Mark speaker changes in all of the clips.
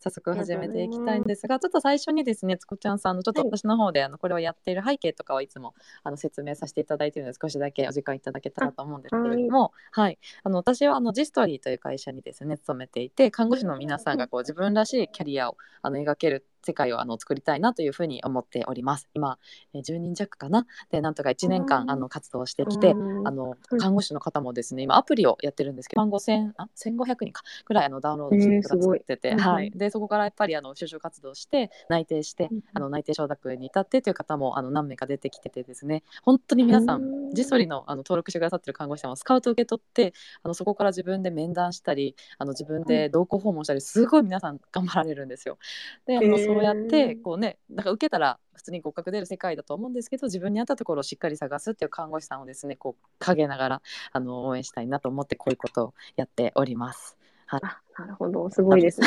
Speaker 1: 早速始めていきたいんですが、ちょっと最初にですね、つこちゃんさんのちょっと私の方で、あのこれをやっている背景とかをいつもあの説明させていただいているので、少しだけお時間いただけたらと思うんですけれども、はい、あの私はあのジストリーという会社にですね、勤めていて、看護師の皆さんがこう自分らしいキャリアをあの描ける世界をあの作りたいなというふうに思っております。今、えー10人弱かな。で、なんとか1年間あの活動してきて、あの
Speaker 2: うん
Speaker 1: 看護師の方もですね今アプリをやってるんですけど看護千あ1500人かぐらいあのダウンロードして
Speaker 2: え
Speaker 1: る
Speaker 2: ー
Speaker 1: 人が作ってて、
Speaker 2: すごい
Speaker 1: は
Speaker 2: う
Speaker 1: い、
Speaker 2: ん
Speaker 1: でそこからやっぱりあの就職活動して内定してあの内定承諾に至ってという方もあの何名か出てきててですね本当に皆さん
Speaker 2: ん
Speaker 1: ジソリのあの登録してくださってる看護師さんはスカウトを受け取ってあのそこから自分で面談したりあの自分で同行訪問したりすごい皆さん頑張られるんですよ。であの
Speaker 2: へー
Speaker 1: そうやってこうねなんか受けたら普通に合格出る世界だと思うんですけど自分に合ったところをしっかり探すっていう看護師さんをですねこう陰ながらあの応援したいなと思ってこういうことをやっております。
Speaker 2: あなるほどすごいですね。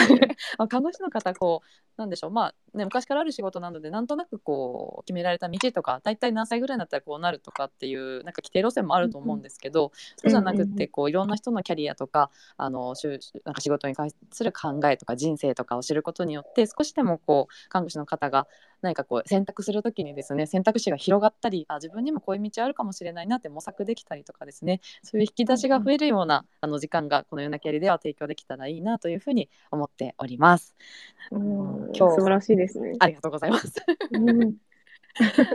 Speaker 1: あ看護師の方こうなんでしょうまあね昔からある仕事なのでなんとなくこう決められた道とか大体何歳ぐらいになったらこうなるとかっていうなんか規定路線もあると思うんですけど、そうじゃなく
Speaker 2: うんうんう
Speaker 1: てこういろんな人のキャリアとかあのしゅなんか仕事に関する考えとか人生とかを知ることによって少しでもこう看護師の方が何かこう選択するときにですね選択肢が広がったりあ自分にもこういう道あるかもしれないなって模索できたりとかですねそういう引き出しが増えるようなあの時間がこのようなキャリアでは提供できたらいいなというふうに思っており ます。
Speaker 2: うん
Speaker 1: 今日
Speaker 2: 素晴らしいですね。
Speaker 1: ありがとうございます。
Speaker 2: うん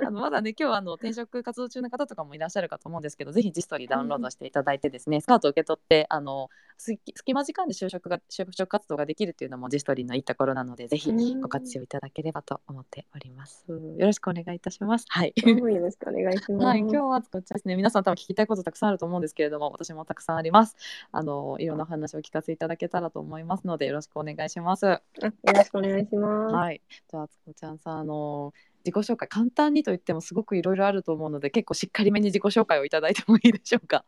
Speaker 1: あのまだね今日はあの転職活動中の方とかもいらっしゃるかと思うんですけどぜひジストリーダウンロードしていただいてですねスカートを受け取ってあのすき隙間時間で就職が就職活動ができるというのもジストリーのいいところなのでぜひご活用いただければと思っております。よろしくお願いいたします。はい。
Speaker 2: はいよろしくお願いします。
Speaker 1: はい、今日はこちらですね。皆さん多分聞きたいことたくさんあると思うんですけれども、私もたくさんあります。あのいろんなお話をお聞かせいただけたらと思いますので、よろしくお願いします。
Speaker 2: あよろしくお願いします。
Speaker 1: はい、じゃあつこちゃんさんあの自己紹介簡単にと言ってもすごくいろいろあると思うので結構しっかりめに自己紹介をいただいてもいいでしょうか。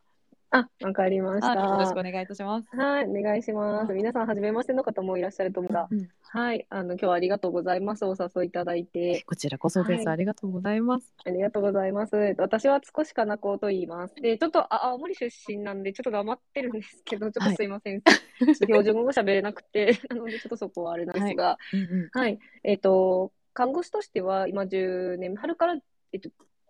Speaker 2: あ、わかりました。
Speaker 1: はい、よろしくお
Speaker 2: は
Speaker 1: 願いいたします。
Speaker 2: い、お願いします。皆さん、初めましての方もいらっしゃると思うが、
Speaker 1: うん
Speaker 2: はい、あの、今日はありがとうございます。お誘いいただいて、
Speaker 1: こちらこそです、
Speaker 2: はい
Speaker 1: ありがとうございます。
Speaker 2: ありがとうございます。私は少しかなこと言います。で、ちょっと、あ、青森出身なんで、ちょっと黙ってるんですけど、ちょっとすいません。ちょっと標準語が喋れなくて、 なので、ちょっとそこはあれなんですが、
Speaker 1: うんうん
Speaker 2: はい、えっと、看護師としては、今10年、春から、えっと、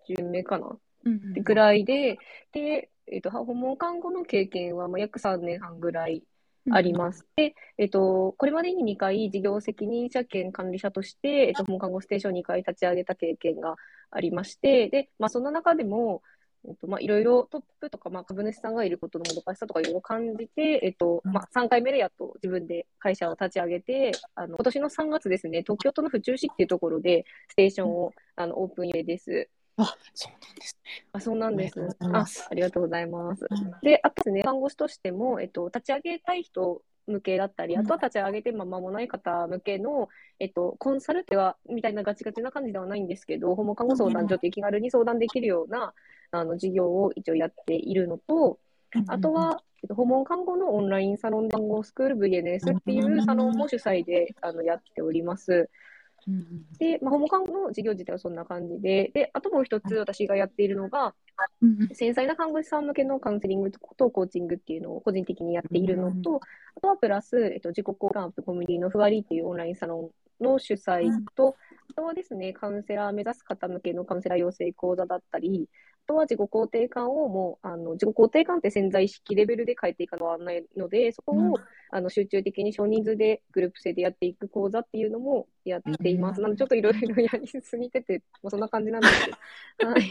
Speaker 2: 10名かな
Speaker 1: うんうん。
Speaker 2: ぐらいで、で、えっと、訪問看護の経験はまあ約3年半ぐらいありますす。で、えっと、これまでに2回事業責任者兼管理者として、えっと、訪問看護ステーション2回立ち上げた経験がありまして、で、まあ、その中でも、えっと、まあ、いろいろトップとか、まあ、株主さんがいることのもどかしさとかいろいろ感じて、えっと、まあ、3回目でやっと自分で会社を立ち上げて、あの、今年の3月ですね、東京都の府中市っていうところで、ステーションを、あの、オープン入れです。
Speaker 1: あ、そうなんですね。
Speaker 2: あ、そうなんです。
Speaker 1: おめでとうござい
Speaker 2: あ
Speaker 1: ます、
Speaker 2: ありがとうございます。
Speaker 1: うん
Speaker 2: で、あとですね、看護師としても、えっと、立ち上げたい人向けだったり、あとは立ち上げてまあ間もない方向けの、えっと、コンサルテは、みたいなガチガチな感じではないんですけど、訪問看護相談所って気軽に相談できるような、あの、事業を一応やっているのと、あとは、えっと、訪問看護のオンラインサロンで看護スクール VNS っていうサロンも主催で、あの、やっております。
Speaker 1: うんうん
Speaker 2: で、まあ、訪問看護の事業自体はそんな感じで、で、あともう一つ私がやっているのが、
Speaker 1: うんうん
Speaker 2: 繊細な看護師さん向けのカウンセリングとコーチングっていうのを個人的にやっているの
Speaker 1: うんうんう
Speaker 2: と、あとはプラス、えっと、自己交換アップコミュニティのふわりっていうオンラインサロンの主催と、あとはですね、カウンセラー目指す方向けのカウンセラー養成講座だったり、あとは自己肯定感をもう、あの自己肯定感って潜在意識レベルで変えていかならないので、そこを、
Speaker 1: うん
Speaker 2: あの集中的に少人数でグループ制でやっていく講座っていうのもやっています。
Speaker 1: うん
Speaker 2: なので、ちょっといろいろやりすぎてて、まあ、そんな感じなんですけど。 はい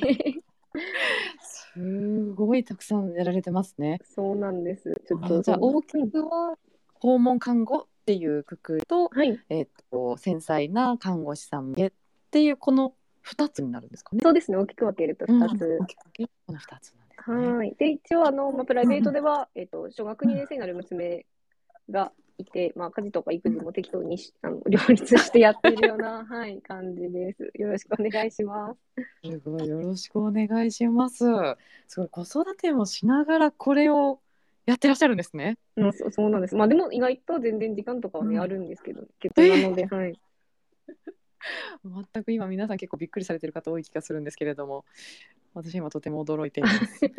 Speaker 1: すごいたくさんやられてますね。
Speaker 2: そうなんです。ちょっ
Speaker 1: あ
Speaker 2: と
Speaker 1: じゃあ
Speaker 2: その
Speaker 1: 大きくは訪問看護っていうくくりと、
Speaker 2: はい、
Speaker 1: えっ、と繊細な看護師さん向けっていうこの二つになるんですかね。
Speaker 2: そうですね。大きく分けると
Speaker 1: うん
Speaker 2: 2つ。
Speaker 1: 大きく分けるとこの二つなんですね。
Speaker 2: はい。で、一応あの、まあ、プライベートでは、えっと、小学2年生になる娘がいて、まあ、家事とか育児も適当にし あの両立してやっているような、はい、感じです。よろしくお願いします。
Speaker 1: すごいよろしくお願いします。すごい子育てもしながらこれをやってらっしゃるんですね。
Speaker 2: うん、そうそうなんです。まあ、でも意外と全然時間とかはね、
Speaker 1: うん
Speaker 2: あるんですけど、結構なので、はい。
Speaker 1: 全く今皆さん結構びっくりされてる方多い気がするんですけれども、私今とても驚いています。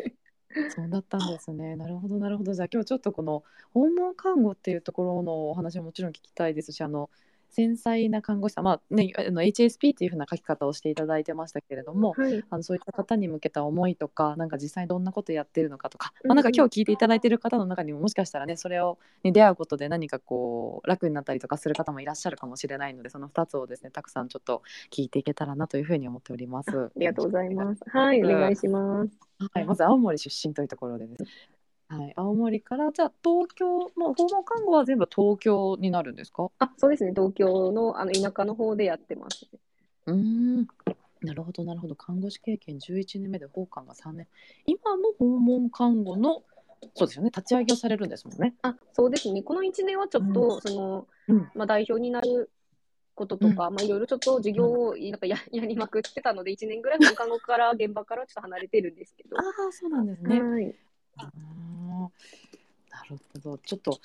Speaker 1: そうだったんですね。なるほど、なるほど。じゃあ今日ちょっとこの訪問看護っていうところのお話ももちろん聞きたいですし、あの繊細な看護師さん、まあね、あの HSP っていうふうな書き方をしていただいてましたけれども、
Speaker 2: はい。
Speaker 1: あのそういった方に向けた思いとか、なんか実際どんなことやってるのかとか、
Speaker 2: うん
Speaker 1: まあ、なんか今日聞いていただいてる方の中にももしかしたらね、それをに出会うことで何かこう楽になったりとかする方もいらっしゃるかもしれないので、その2つをですね、たくさんちょっと聞いていけたらなというふうに思っております。あ
Speaker 2: ありがとうございます。はい、お願いします。
Speaker 1: はい、まず青森出身というところでです。はい、青森からじゃあ東京、もう訪問看護は全部東京になるんですか？
Speaker 2: あ、そうですね。東京の、あの、田舎の方でやってます。
Speaker 1: うーん、なるほどなるほど。看護師経験11年目で訪韓が3年。今の訪問看護のそうですよね。立ち上げをされるんですもんね。
Speaker 2: あ、そうですね。この1年はちょっと、その、
Speaker 1: うん
Speaker 2: まあ、代表になることとか、まあ、いろいろちょっと授業をなんかや やりまくってたので、1年ぐらい放課後から、現場からちょっと離れてるんですけど
Speaker 1: あ。あ、そうなんですね。
Speaker 2: はい。
Speaker 1: あーなるほど。ちょっと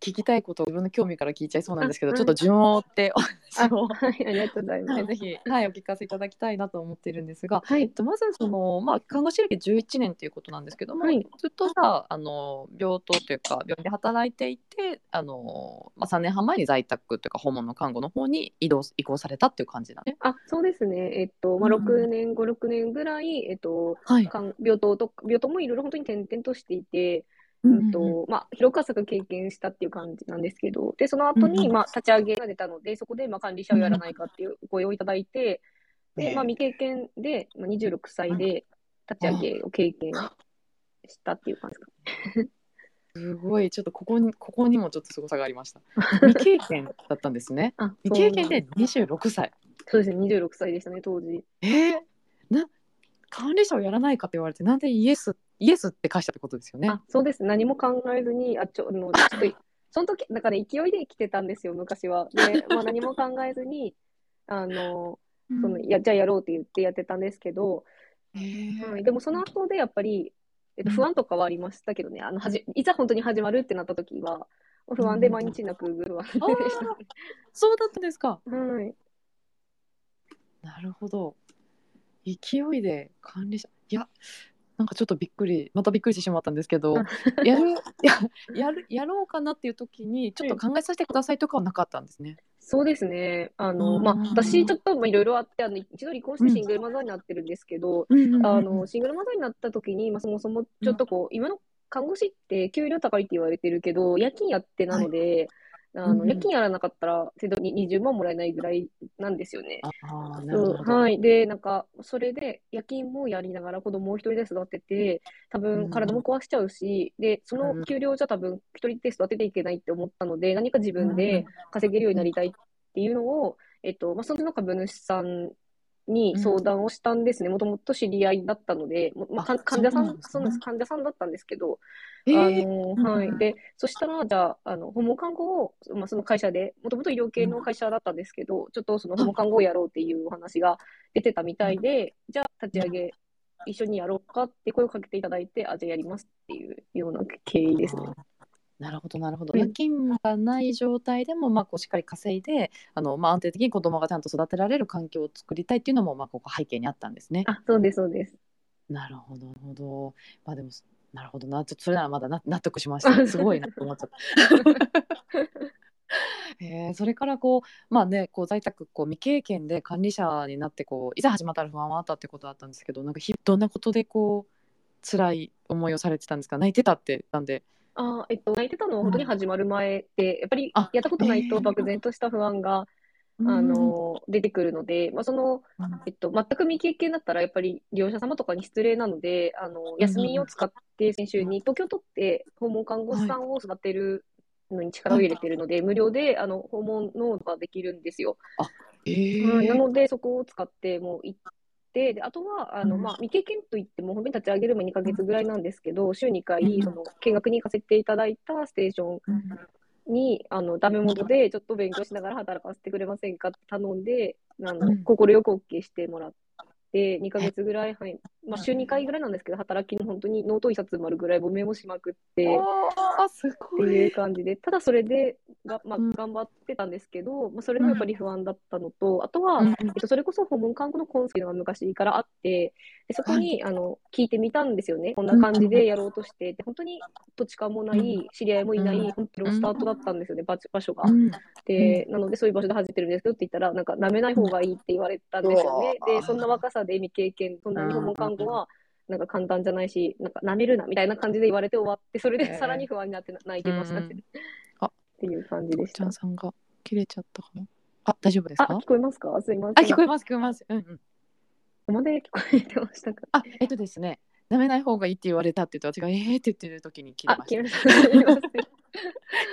Speaker 1: 聞きたいことを自分の興味から聞いちゃいそうなんですけど、
Speaker 2: あ
Speaker 1: ちょっと順を追 ってお
Speaker 2: あ、
Speaker 1: 話を、
Speaker 2: はい、ありがとうございま
Speaker 1: は
Speaker 2: す
Speaker 1: い、。ぜひ、はい、お聞かせいただきたいなと思ってるんですが、
Speaker 2: は
Speaker 1: えっ
Speaker 2: い。
Speaker 1: と、まずその、まあ、看護師歴11年ということなんですけども、
Speaker 2: はい
Speaker 1: ずっとさあの病棟というか病院で働いていてあの、まあ、3年半前に在宅というか訪問の看護の方に移動移行されたっていう感じだね。
Speaker 2: あ、そうですね。えっと、まあ、
Speaker 1: うん
Speaker 2: 6年、5、6年ぐらい、えっと、
Speaker 1: はい
Speaker 2: かん病棟とか、病棟もいろいろ本当に転々としていて、
Speaker 1: う
Speaker 2: うん
Speaker 1: ん
Speaker 2: とまあ、広く浅く経験したっていう感じなんですけど、でその後
Speaker 1: うん
Speaker 2: に
Speaker 1: うん
Speaker 2: まあ立ち上げが出たので、そこでまあ管理者をやらないかっていうお声をいただいて、でまあ、未経験で、まあ、26歳で立ち上げを経験したっていう感じですか。
Speaker 1: すごいちょっとここにここにもちょっとすごさがありま した。未経験だったんですね。
Speaker 2: あ
Speaker 1: 未経験
Speaker 2: そうなん
Speaker 1: で26歳。
Speaker 2: そうですね、26歳でしたね、当時。
Speaker 1: えー、な管理者をやらないかって言われてなんでイエスイエスって返したってことですよね。
Speaker 2: あそうです、何も考えずに、あちょあのちょっとその時なんかね、勢いで生きてたんですよ、昔は。で、まあ、何も考えずに、あのそのやじゃあやろうって言ってやってたんですけど、
Speaker 1: えー
Speaker 2: はい、でもその後でやっぱり、えっと、
Speaker 1: うん
Speaker 2: 不安とかはありましたけどね、あのはじいざ本当に始まるってなった時は、不安で毎日泣くぐらいでしたね。
Speaker 1: そうだったんですか。
Speaker 2: はい、
Speaker 1: なるほど。勢いで管理者いやなんかちょっとびっくりまたびっくりしてしまったんですけどやるややるやろうかなっていう時にちょっと考えさせてくださいとかはなかったんですね。
Speaker 2: そうですね、あの
Speaker 1: うん
Speaker 2: まあ、私、ちょっとまあいろいろあってあの、一度離婚してシングルマザーになってるんですけど、あのシングルマザーになった時に、まあ、そもそもちょっとこう、今の看護師って給料高いって言われてるけど、夜勤やってなので、あ
Speaker 1: うんう
Speaker 2: の
Speaker 1: ん
Speaker 2: 夜勤やらなかったら、程度に20万もらえないぐらいなんですよね。
Speaker 1: ああーなる
Speaker 2: そう
Speaker 1: ほど。
Speaker 2: はい。で、なんか、それで、夜勤もやりながら子供を一人で育てて、多
Speaker 1: う
Speaker 2: 分
Speaker 1: ん
Speaker 2: 体も壊しちゃうし、で、その給料じゃ多分一人で育てていけないって思ったので、何か自分で稼げるようになりたいっていうのを、えっと、まあ、その株主さんに相談をしたんですね。もともと知り合いだったので、もまあ、
Speaker 1: あ
Speaker 2: かん患者さん、
Speaker 1: そ
Speaker 2: そうう
Speaker 1: な
Speaker 2: なん
Speaker 1: ですね
Speaker 2: んです、患者さんだったんですけど、
Speaker 1: え
Speaker 2: あ
Speaker 1: ー
Speaker 2: の
Speaker 1: うん
Speaker 2: はい、 でそしたら、じゃあ、あの訪問看護を、まあ、その会社で、もともと医療系の会社だったんですけど、ちょっとその訪問看護をやろうっていうお話が出てたみたいで、じゃあ、立ち上げ、一緒にやろうかって声をかけていただいて、あ、じゃあやりますっていうような経緯ですね。
Speaker 1: あーなるほどなるほど。
Speaker 2: うん
Speaker 1: 夜勤がない状態でもまあこうしっかり稼いであのまあ安定的に子供がちゃんと育てられる環境を作りたいっていうのもまあここ背景にあったんですね。
Speaker 2: あ、そうです、そうです。
Speaker 1: なるほど、なるほど。まあでも、なるほどな。ちょっとそれならまだな納得しま した。すごいなと思っちゃった。 えーそれからこう、まあね、こう在宅こう未経験で管理者になってこういざ始まったら不安はあったってことだったんですけどなんか日どんなことでこう辛い思いをされてたんですか泣いてたってなんで
Speaker 2: あ、えっと、泣いてたのは本当に始まる前で、やっぱり
Speaker 1: あ
Speaker 2: やったことない
Speaker 1: え
Speaker 2: と
Speaker 1: ー
Speaker 2: 漠然とした不安が、あ
Speaker 1: あ
Speaker 2: の出てくるので、まあ、その、
Speaker 1: うん
Speaker 2: えっと、全く未経験だったら、やっぱり利用者様とかに失礼なので、あの休みを使って、先週に東京都って訪問看護師さんを育てるのに力を入れてるので、無料であの訪問のができるんですよ。
Speaker 1: え
Speaker 2: はいな
Speaker 1: ー
Speaker 2: ので、そこを使ってもう行って、であとはあの、
Speaker 1: うん
Speaker 2: まあ、未経験といっても、本当に立ち上げる前2ヶ月ぐらいなんですけど、週2回
Speaker 1: うん、
Speaker 2: その見学に行かせていただいたステーションにあのダメ元でちょっと勉強しながら働かせてくれませんかって頼んであ
Speaker 1: う
Speaker 2: の
Speaker 1: ん
Speaker 2: 快く OK してもらっって、2ヶ月ぐらい、はい、まあ、週2回ぐらいなんですけど、働きの本当にノート一冊丸ぐらい、もメモしまくって、
Speaker 1: おーす
Speaker 2: って
Speaker 1: ごい。
Speaker 2: いう感じで、ただそれでが、まあ
Speaker 1: うん、
Speaker 2: 頑張ってたんですけど、まあ、それもやっぱり不安だったのと、あとは、
Speaker 1: うん
Speaker 2: えっと、それこそ訪問看護のコンサルが昔からあって、でそこに、あの聞いてみたんですよね、こんな感じでやろうとして、で本当に土地勘もない、知り合いもいな
Speaker 1: うん
Speaker 2: い、本当のスタートだったんですよね、場場所が。
Speaker 1: うん
Speaker 2: で、なので、そういう場所で始めてるんですよって言ったら、なんか、舐めない方がいいって言われたんですよね。
Speaker 1: うん
Speaker 2: で、そんな若さで未経験、そんなに訪問看護は、なんか簡単じゃないし、なんか、舐めるな、みたいな感じで言われて終わって、それ
Speaker 1: ええ
Speaker 2: でさらに不安になって泣いてました
Speaker 1: う
Speaker 2: ね。
Speaker 1: んうんあ
Speaker 2: っていう感じ
Speaker 1: と
Speaker 2: で
Speaker 1: っ
Speaker 2: し
Speaker 1: ちゃ
Speaker 2: た
Speaker 1: ん。さんが切れちゃったかな。あ、大丈夫です
Speaker 2: あ、
Speaker 1: か
Speaker 2: 聞。こえますかすいま
Speaker 1: あ、
Speaker 2: せん。
Speaker 1: 聞こえます、聞こえます。うんうん。
Speaker 2: ここまで聞こえてましたか
Speaker 1: あ、えっとですね。舐めない方がいいって言われたって言って、私がえーって言ってる時に切れ
Speaker 2: あ、
Speaker 1: ました
Speaker 2: 聞こえました。すいません。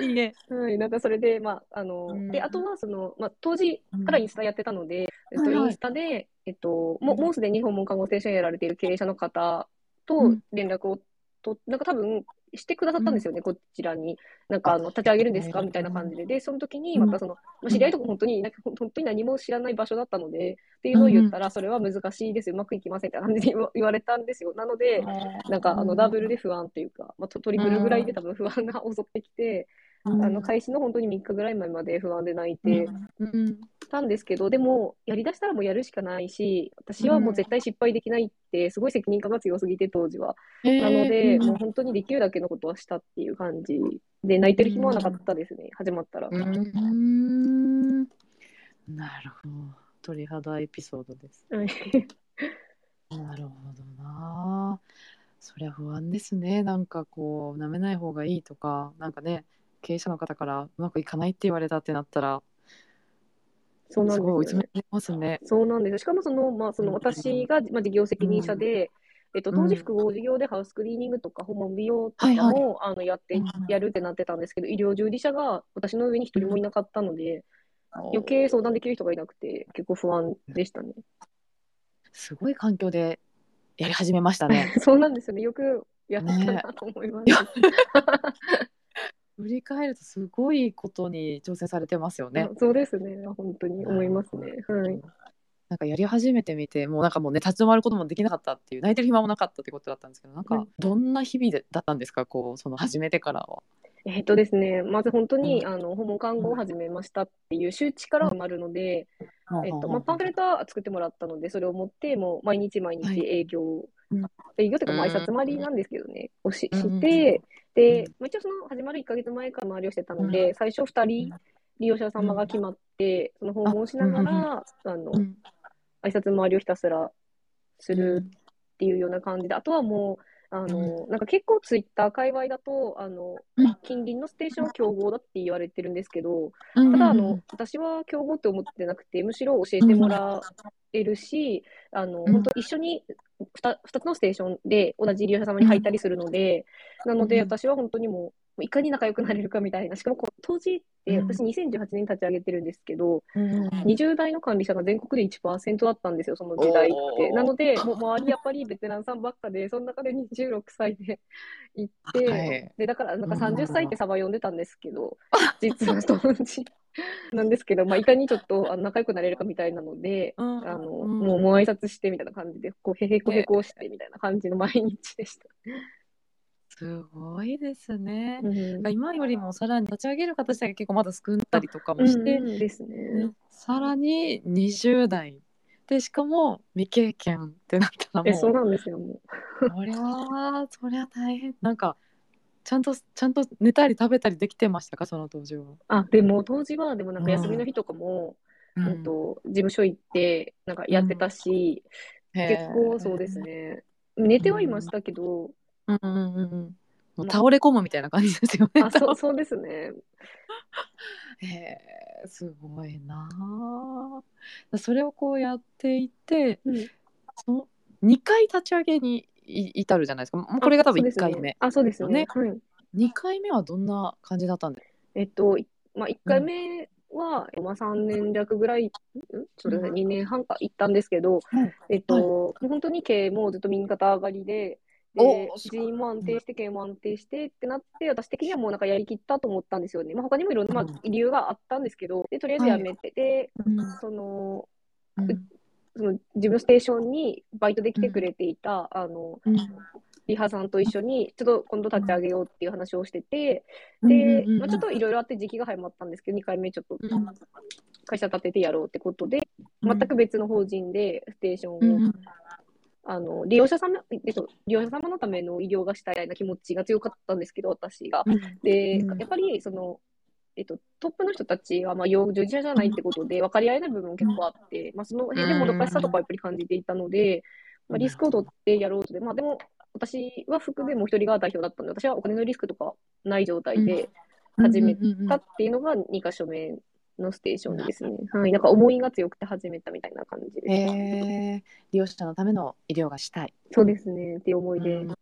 Speaker 1: いいえ。
Speaker 2: はい、なんかそれで、まあ、あの、
Speaker 1: うん
Speaker 2: で、あとは、その、まあ、当時からインスタやってたので、
Speaker 1: うん
Speaker 2: え
Speaker 1: は
Speaker 2: っ
Speaker 1: い
Speaker 2: と、
Speaker 1: はい
Speaker 2: インスタで、えっと、もう、もうすでに訪問看護ステーションやられている経営者の方
Speaker 1: う
Speaker 2: と
Speaker 1: ん
Speaker 2: 連絡をと、なんか多分、してくださったんですよね、こちらに。なんか、あの、立ち上げるんですか
Speaker 1: うん
Speaker 2: みたいな感じで。で、その時
Speaker 1: う
Speaker 2: に、
Speaker 1: ん
Speaker 2: またその、まあ、知り合いとか本当に、なんか、ほん本当に何も知らない場所だったので、っていうのを言ったら、それは難しいです、うまくいきませんって感じで言わ言われたんですよ。なので、なんか、あの、ダブルで不安っていうか、まあ、トトリプルぐらいで多分不安が襲ってきて、
Speaker 1: あ
Speaker 2: あの開始の本当に3日ぐらい前まで不安で泣いて
Speaker 1: うん。
Speaker 2: たんですけど、でも、やりだしたらもうやるしかないし、私はもう絶対失敗できないって、すごい責任感が強すぎて、当時は。なので、もう本当にできるだけのことはしたっていう感じで、泣いてる暇はなかったですね、始まったら。
Speaker 1: うん。なるほど。鳥肌エピソードです。
Speaker 2: はい
Speaker 1: なるほどな。そりゃ不安ですね。なんかこう、舐めない方がいいとか、なんかね、経営者の方からうまくいかないって言われたってなったら、
Speaker 2: そうなん
Speaker 1: すごい追い
Speaker 2: ですよ
Speaker 1: 詰
Speaker 2: ね。
Speaker 1: められますね。
Speaker 2: そうなんです。しかもその、まあ、その
Speaker 1: うん
Speaker 2: 私が、まあ、事業責任者で、えっと、
Speaker 1: うん
Speaker 2: 当時複合事業でハウスクリーニングとか訪問美容とか
Speaker 1: はいはい
Speaker 2: も、あのやって
Speaker 1: うん、
Speaker 2: やるってなってたんですけど、医療従事者が私の上に一人もいなかったので、余計相談できる人がいなくて、結構不安でしたね。
Speaker 1: すごい環境でやり始めましたね。
Speaker 2: そうなんですよね。よくやったなと思います。
Speaker 1: 振り返るとすごいことに挑戦されてますよね。
Speaker 2: そうですね。本当に思いますね。はい。
Speaker 1: なんかやり始めてみてもうなんかもうね立ち止まることもできなかったっていう泣いてる暇もなかったってことだったんですけどなん
Speaker 2: う
Speaker 1: か
Speaker 2: ん
Speaker 1: どんな日々でだったんですかこうその始めてからは。
Speaker 2: えっとですね、まず本当に、
Speaker 1: う
Speaker 2: あの、訪問看護を始めましたっていう周知から生まるので、えっと、まあ、パンフレットは作ってもらったので、それを持って、もう毎日毎
Speaker 1: は
Speaker 2: 日
Speaker 1: い
Speaker 2: 営業、
Speaker 1: うん
Speaker 2: 営業というか、まあ、
Speaker 1: うん
Speaker 2: 挨拶回りなんですけどね、をし
Speaker 1: うん
Speaker 2: して、
Speaker 1: う、
Speaker 2: でまあ、一応その始まる1ヶ月前から回りをしてたの
Speaker 1: う
Speaker 2: で、最初2人
Speaker 1: うん
Speaker 2: 利用者様が決まって、その訪問しながら、あの、
Speaker 1: うん
Speaker 2: 挨拶回りをひたすらする
Speaker 1: う
Speaker 2: っていうような感じで、あとはもう、あの、なんか結構ツイッター界隈だと、あの
Speaker 1: うん、
Speaker 2: 近隣のステーションは競合だって言われてるんですけど、
Speaker 1: ん
Speaker 2: ただあ
Speaker 1: う
Speaker 2: の
Speaker 1: ん、
Speaker 2: 私は競合って思ってなくて、むしろ教えてもらえるし、あの
Speaker 1: うん
Speaker 2: 本当、一緒に 2, つのステーションで同じ利用者様に入ったりするので、なの
Speaker 1: うん
Speaker 2: で、私は本当にもう、いかに仲良くなれるかみたいな、しかもこう当時って、私、2018年立ち上げてるんですけど、
Speaker 1: うん
Speaker 2: 20代の管理者が全国で1%だったんですよ、その時代っ
Speaker 1: お
Speaker 2: て。
Speaker 1: ー
Speaker 2: なので、もう周りやっぱりベテランさんばっかで、その中で26歳で行って、
Speaker 1: はい
Speaker 2: で、だからなんか
Speaker 1: うんうんうん
Speaker 2: 30歳ってサバ呼んでたんです けど、実は当時なんですけど、まあ、いかにちょっとあの仲良くなれるかみたいなので、
Speaker 1: う
Speaker 2: あ
Speaker 1: ん
Speaker 2: の、
Speaker 1: うん
Speaker 2: もう、もう挨拶してみたいな感じで、こう、へへこへこしてみたいな感じの毎日でした。
Speaker 1: すごいですね。
Speaker 2: うん
Speaker 1: なんか今よりもさらに立ち上げる形が結構まだ少ったりとかもして、
Speaker 2: うんですね。
Speaker 1: さらに20代でしかも未経験ってなったらも
Speaker 2: え、
Speaker 1: う
Speaker 2: そうなんですよ、もう。
Speaker 1: そりゃあそりゃ大変なんかちゃんとちゃんと寝たり食べたりできてましたかその当時は。
Speaker 2: あ、でも、当時は、でもなんか休みの日とかも、えっと、事務所行って、なんかやってたし、結構そうです。ね。寝てはいましたけど、
Speaker 1: うんうんうんうん。もう倒れ込むみたいな感じですよね。
Speaker 2: あ、そ う、そうですね。
Speaker 1: へえすごいなあ。それをこうやっていて、
Speaker 2: うん
Speaker 1: その二回立ち上げにい至るじゃないですか。もうこれが多分一回目。
Speaker 2: あ、そうですね。
Speaker 1: ね
Speaker 2: あ、そうですね。はい。
Speaker 1: 二、回目はどんな感じだったんです
Speaker 2: えっと、いまあ、1回目は、まあ、3年弱ぐらい、んそうですね、2年半か行ったんですけど、
Speaker 1: はい
Speaker 2: えっと、もう本当に経営もずっと右肩上がりで、で
Speaker 1: おすごい
Speaker 2: 人員も安定して、経営も安定してってなって、私的にはもうなんかやりきったと思ったんですよね。まあ、他にもいろんな、ま
Speaker 1: うん
Speaker 2: あ、理由があったんですけど、で、とりあえずやめて、で、
Speaker 1: か。
Speaker 2: その、
Speaker 1: うん
Speaker 2: その自分のステーションにバイトで来てくれていた、あの、
Speaker 1: うん
Speaker 2: リハさんと一緒に、ちょっと今度立ち上げようっていう話をしてて、
Speaker 1: うん
Speaker 2: で、
Speaker 1: うんうんうん
Speaker 2: まあ、ちょっといろいろあって時期が早まったんですけど、2回目ちょっと
Speaker 1: うんうん
Speaker 2: 会社立ててやろうってことで、
Speaker 1: うん
Speaker 2: 全く別の法人でステーションを、
Speaker 1: うんうん
Speaker 2: あの、利用者様、えっと、利用者様のための医療がしたいみたいな気持ちが強かったんですけど、私が。で、
Speaker 1: うん
Speaker 2: やっぱり、その、えっと、トップの人たちは、まあ、要従事者じゃないってことで、分かり合えない部分も結構あって、まあ、その辺でもどかしさとかやっぱり感じていたので、まあ、リスクを取ってやろうとで、まあ、でも、私は副でもう一人が代表だったので、私はお金のリスクとかない状態で始めたっていうのが2か所目のステーションですね。はい。なんか思いが強くて始めたみたいな感じです。
Speaker 1: えー利用者のための医療がしたい。
Speaker 2: そうですね。っていう思いで。
Speaker 1: うんうん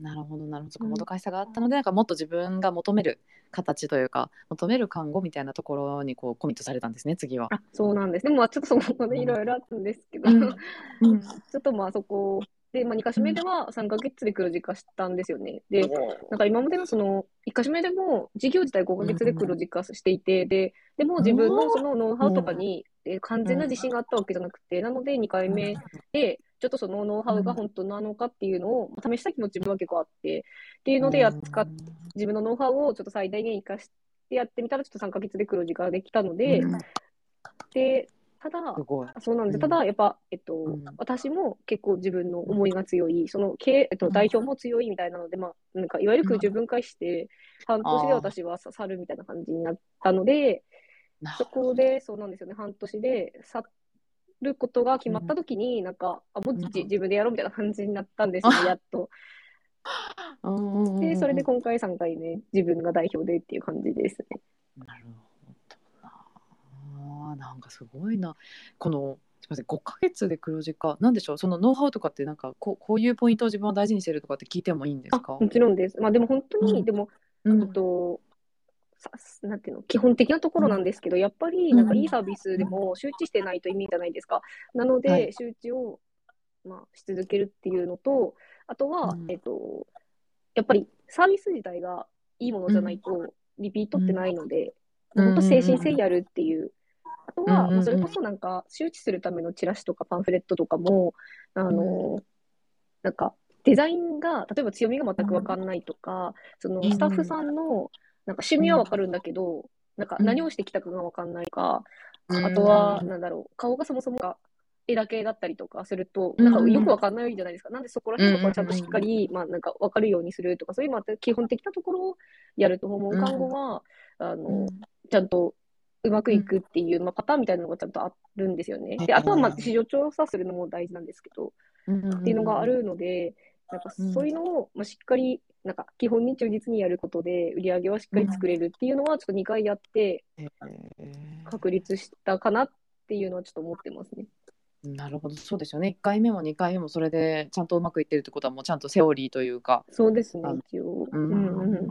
Speaker 1: なるほどなるほどそこ
Speaker 2: うん
Speaker 1: もどかしさがあったので、なんかもっと自分が求める形というか求める看護みたいなところにこうコミットされたんですね次は。
Speaker 2: あ、そうなんです。でも、まあちょっとそこまでいろいろあったんですけど、
Speaker 1: うんうん
Speaker 2: ちょっとまあそこで、まあ、2か所目では3ヶ月で黒字化したんですよね。で、なんか今までのその1か所目でも事業自体5ヶ月で黒字化していて、で、でも自分のそのノウハウとかに、えー完全な自信があったわけじゃなくて、なので2回目で、ちょっとそのノウハウが本当なのかっていうのを試した気持ちも結構あって、っていうのでやっ使っ、自分のノウハウをちょっと最大限活かしてやってみたら、ちょっと3ヶ月で黒字化できたので、
Speaker 1: うん
Speaker 2: で、ただ、
Speaker 1: すごい。
Speaker 2: そうなんです。
Speaker 1: うん
Speaker 2: ただ、やっぱ、えっと、
Speaker 1: うん
Speaker 2: 私も結構自分の思いが強い、その経営、え
Speaker 1: う
Speaker 2: っと、
Speaker 1: ん
Speaker 2: 代表も強いみたいなので、まあ、なんか、いわゆる空中分解して、半年
Speaker 1: あ
Speaker 2: で
Speaker 1: ー
Speaker 2: 私はさ去るみたいな感じになったので、
Speaker 1: なる
Speaker 2: そこで、そうなんですよね、半年で去ることが決まった時に、なんか、あ、もうじ
Speaker 1: うん
Speaker 2: 自分でやろうみたいな感じになったんですね、やっと。
Speaker 1: うんうんうんうん
Speaker 2: で、それで今回3回ね、自分が代表でっていう感じですね。
Speaker 1: なるほどな。なんかすごいな。このすみません、5ヶ月で黒字化、なんでしょう、そのノウハウとかって、なんかこうこういうポイントを自分は大事にしてるとかって聞いてもいいんです
Speaker 2: あ、
Speaker 1: か。
Speaker 2: もちろんです。まあ、でも本当に、
Speaker 1: うん
Speaker 2: でも、
Speaker 1: うん
Speaker 2: あと、さなんていうの、基本的なところなんですけど、やっぱり、なんかいいサービスでも周知してないと意味じゃないですか。なので、
Speaker 1: はい
Speaker 2: 周知を、まあ、し続けるっていうのと、あとは、
Speaker 1: うん
Speaker 2: えっと、やっぱりサービス自体がいいものじゃないと、リピートってないので、
Speaker 1: うん
Speaker 2: 本当精神性やるっていう。あとは、
Speaker 1: うんうんうん
Speaker 2: まあそれこそなんか、周知するためのチラシとかパンフレットとかも、あの、なんか、デザインが、例えば強みが全くわかんないとか、その
Speaker 1: うん
Speaker 2: スタッフさんの、なんか趣味はわかるんだけど、なんか何をしてきたかがわかんないか、あとは、なんだろう、顔がそもそもが絵だけだったりとかすると、
Speaker 1: うん
Speaker 2: なんかよくわかんないじゃないですか。なんでそこら辺とかちゃんとしっかり、まあなんかわかるようにするとか、そういうまた基本的なところをやると、訪問看護は、あの、ちゃんとうまくいくっていう、まあパターンみたいなのがちゃんとあるんですよね。で、あとはまあ市場調査するのも大事なんですけど、
Speaker 1: っ
Speaker 2: っていうのがあ。るので、なんかそういうのを、まあ、しっかり、なんか基本に忠実にやることで、売り上げはしっかり作れるっていうのは、ちょっと2回やって
Speaker 1: へー
Speaker 2: 確立したかなっていうのはちょっと思ってますね。
Speaker 1: なるほど、そうですよね。一回目も二回目もそれでちゃんとうまくいってるってことはもうちゃんとセオリーというか、
Speaker 2: そうですね
Speaker 1: あ、
Speaker 2: 一応。
Speaker 1: うん
Speaker 2: うんうん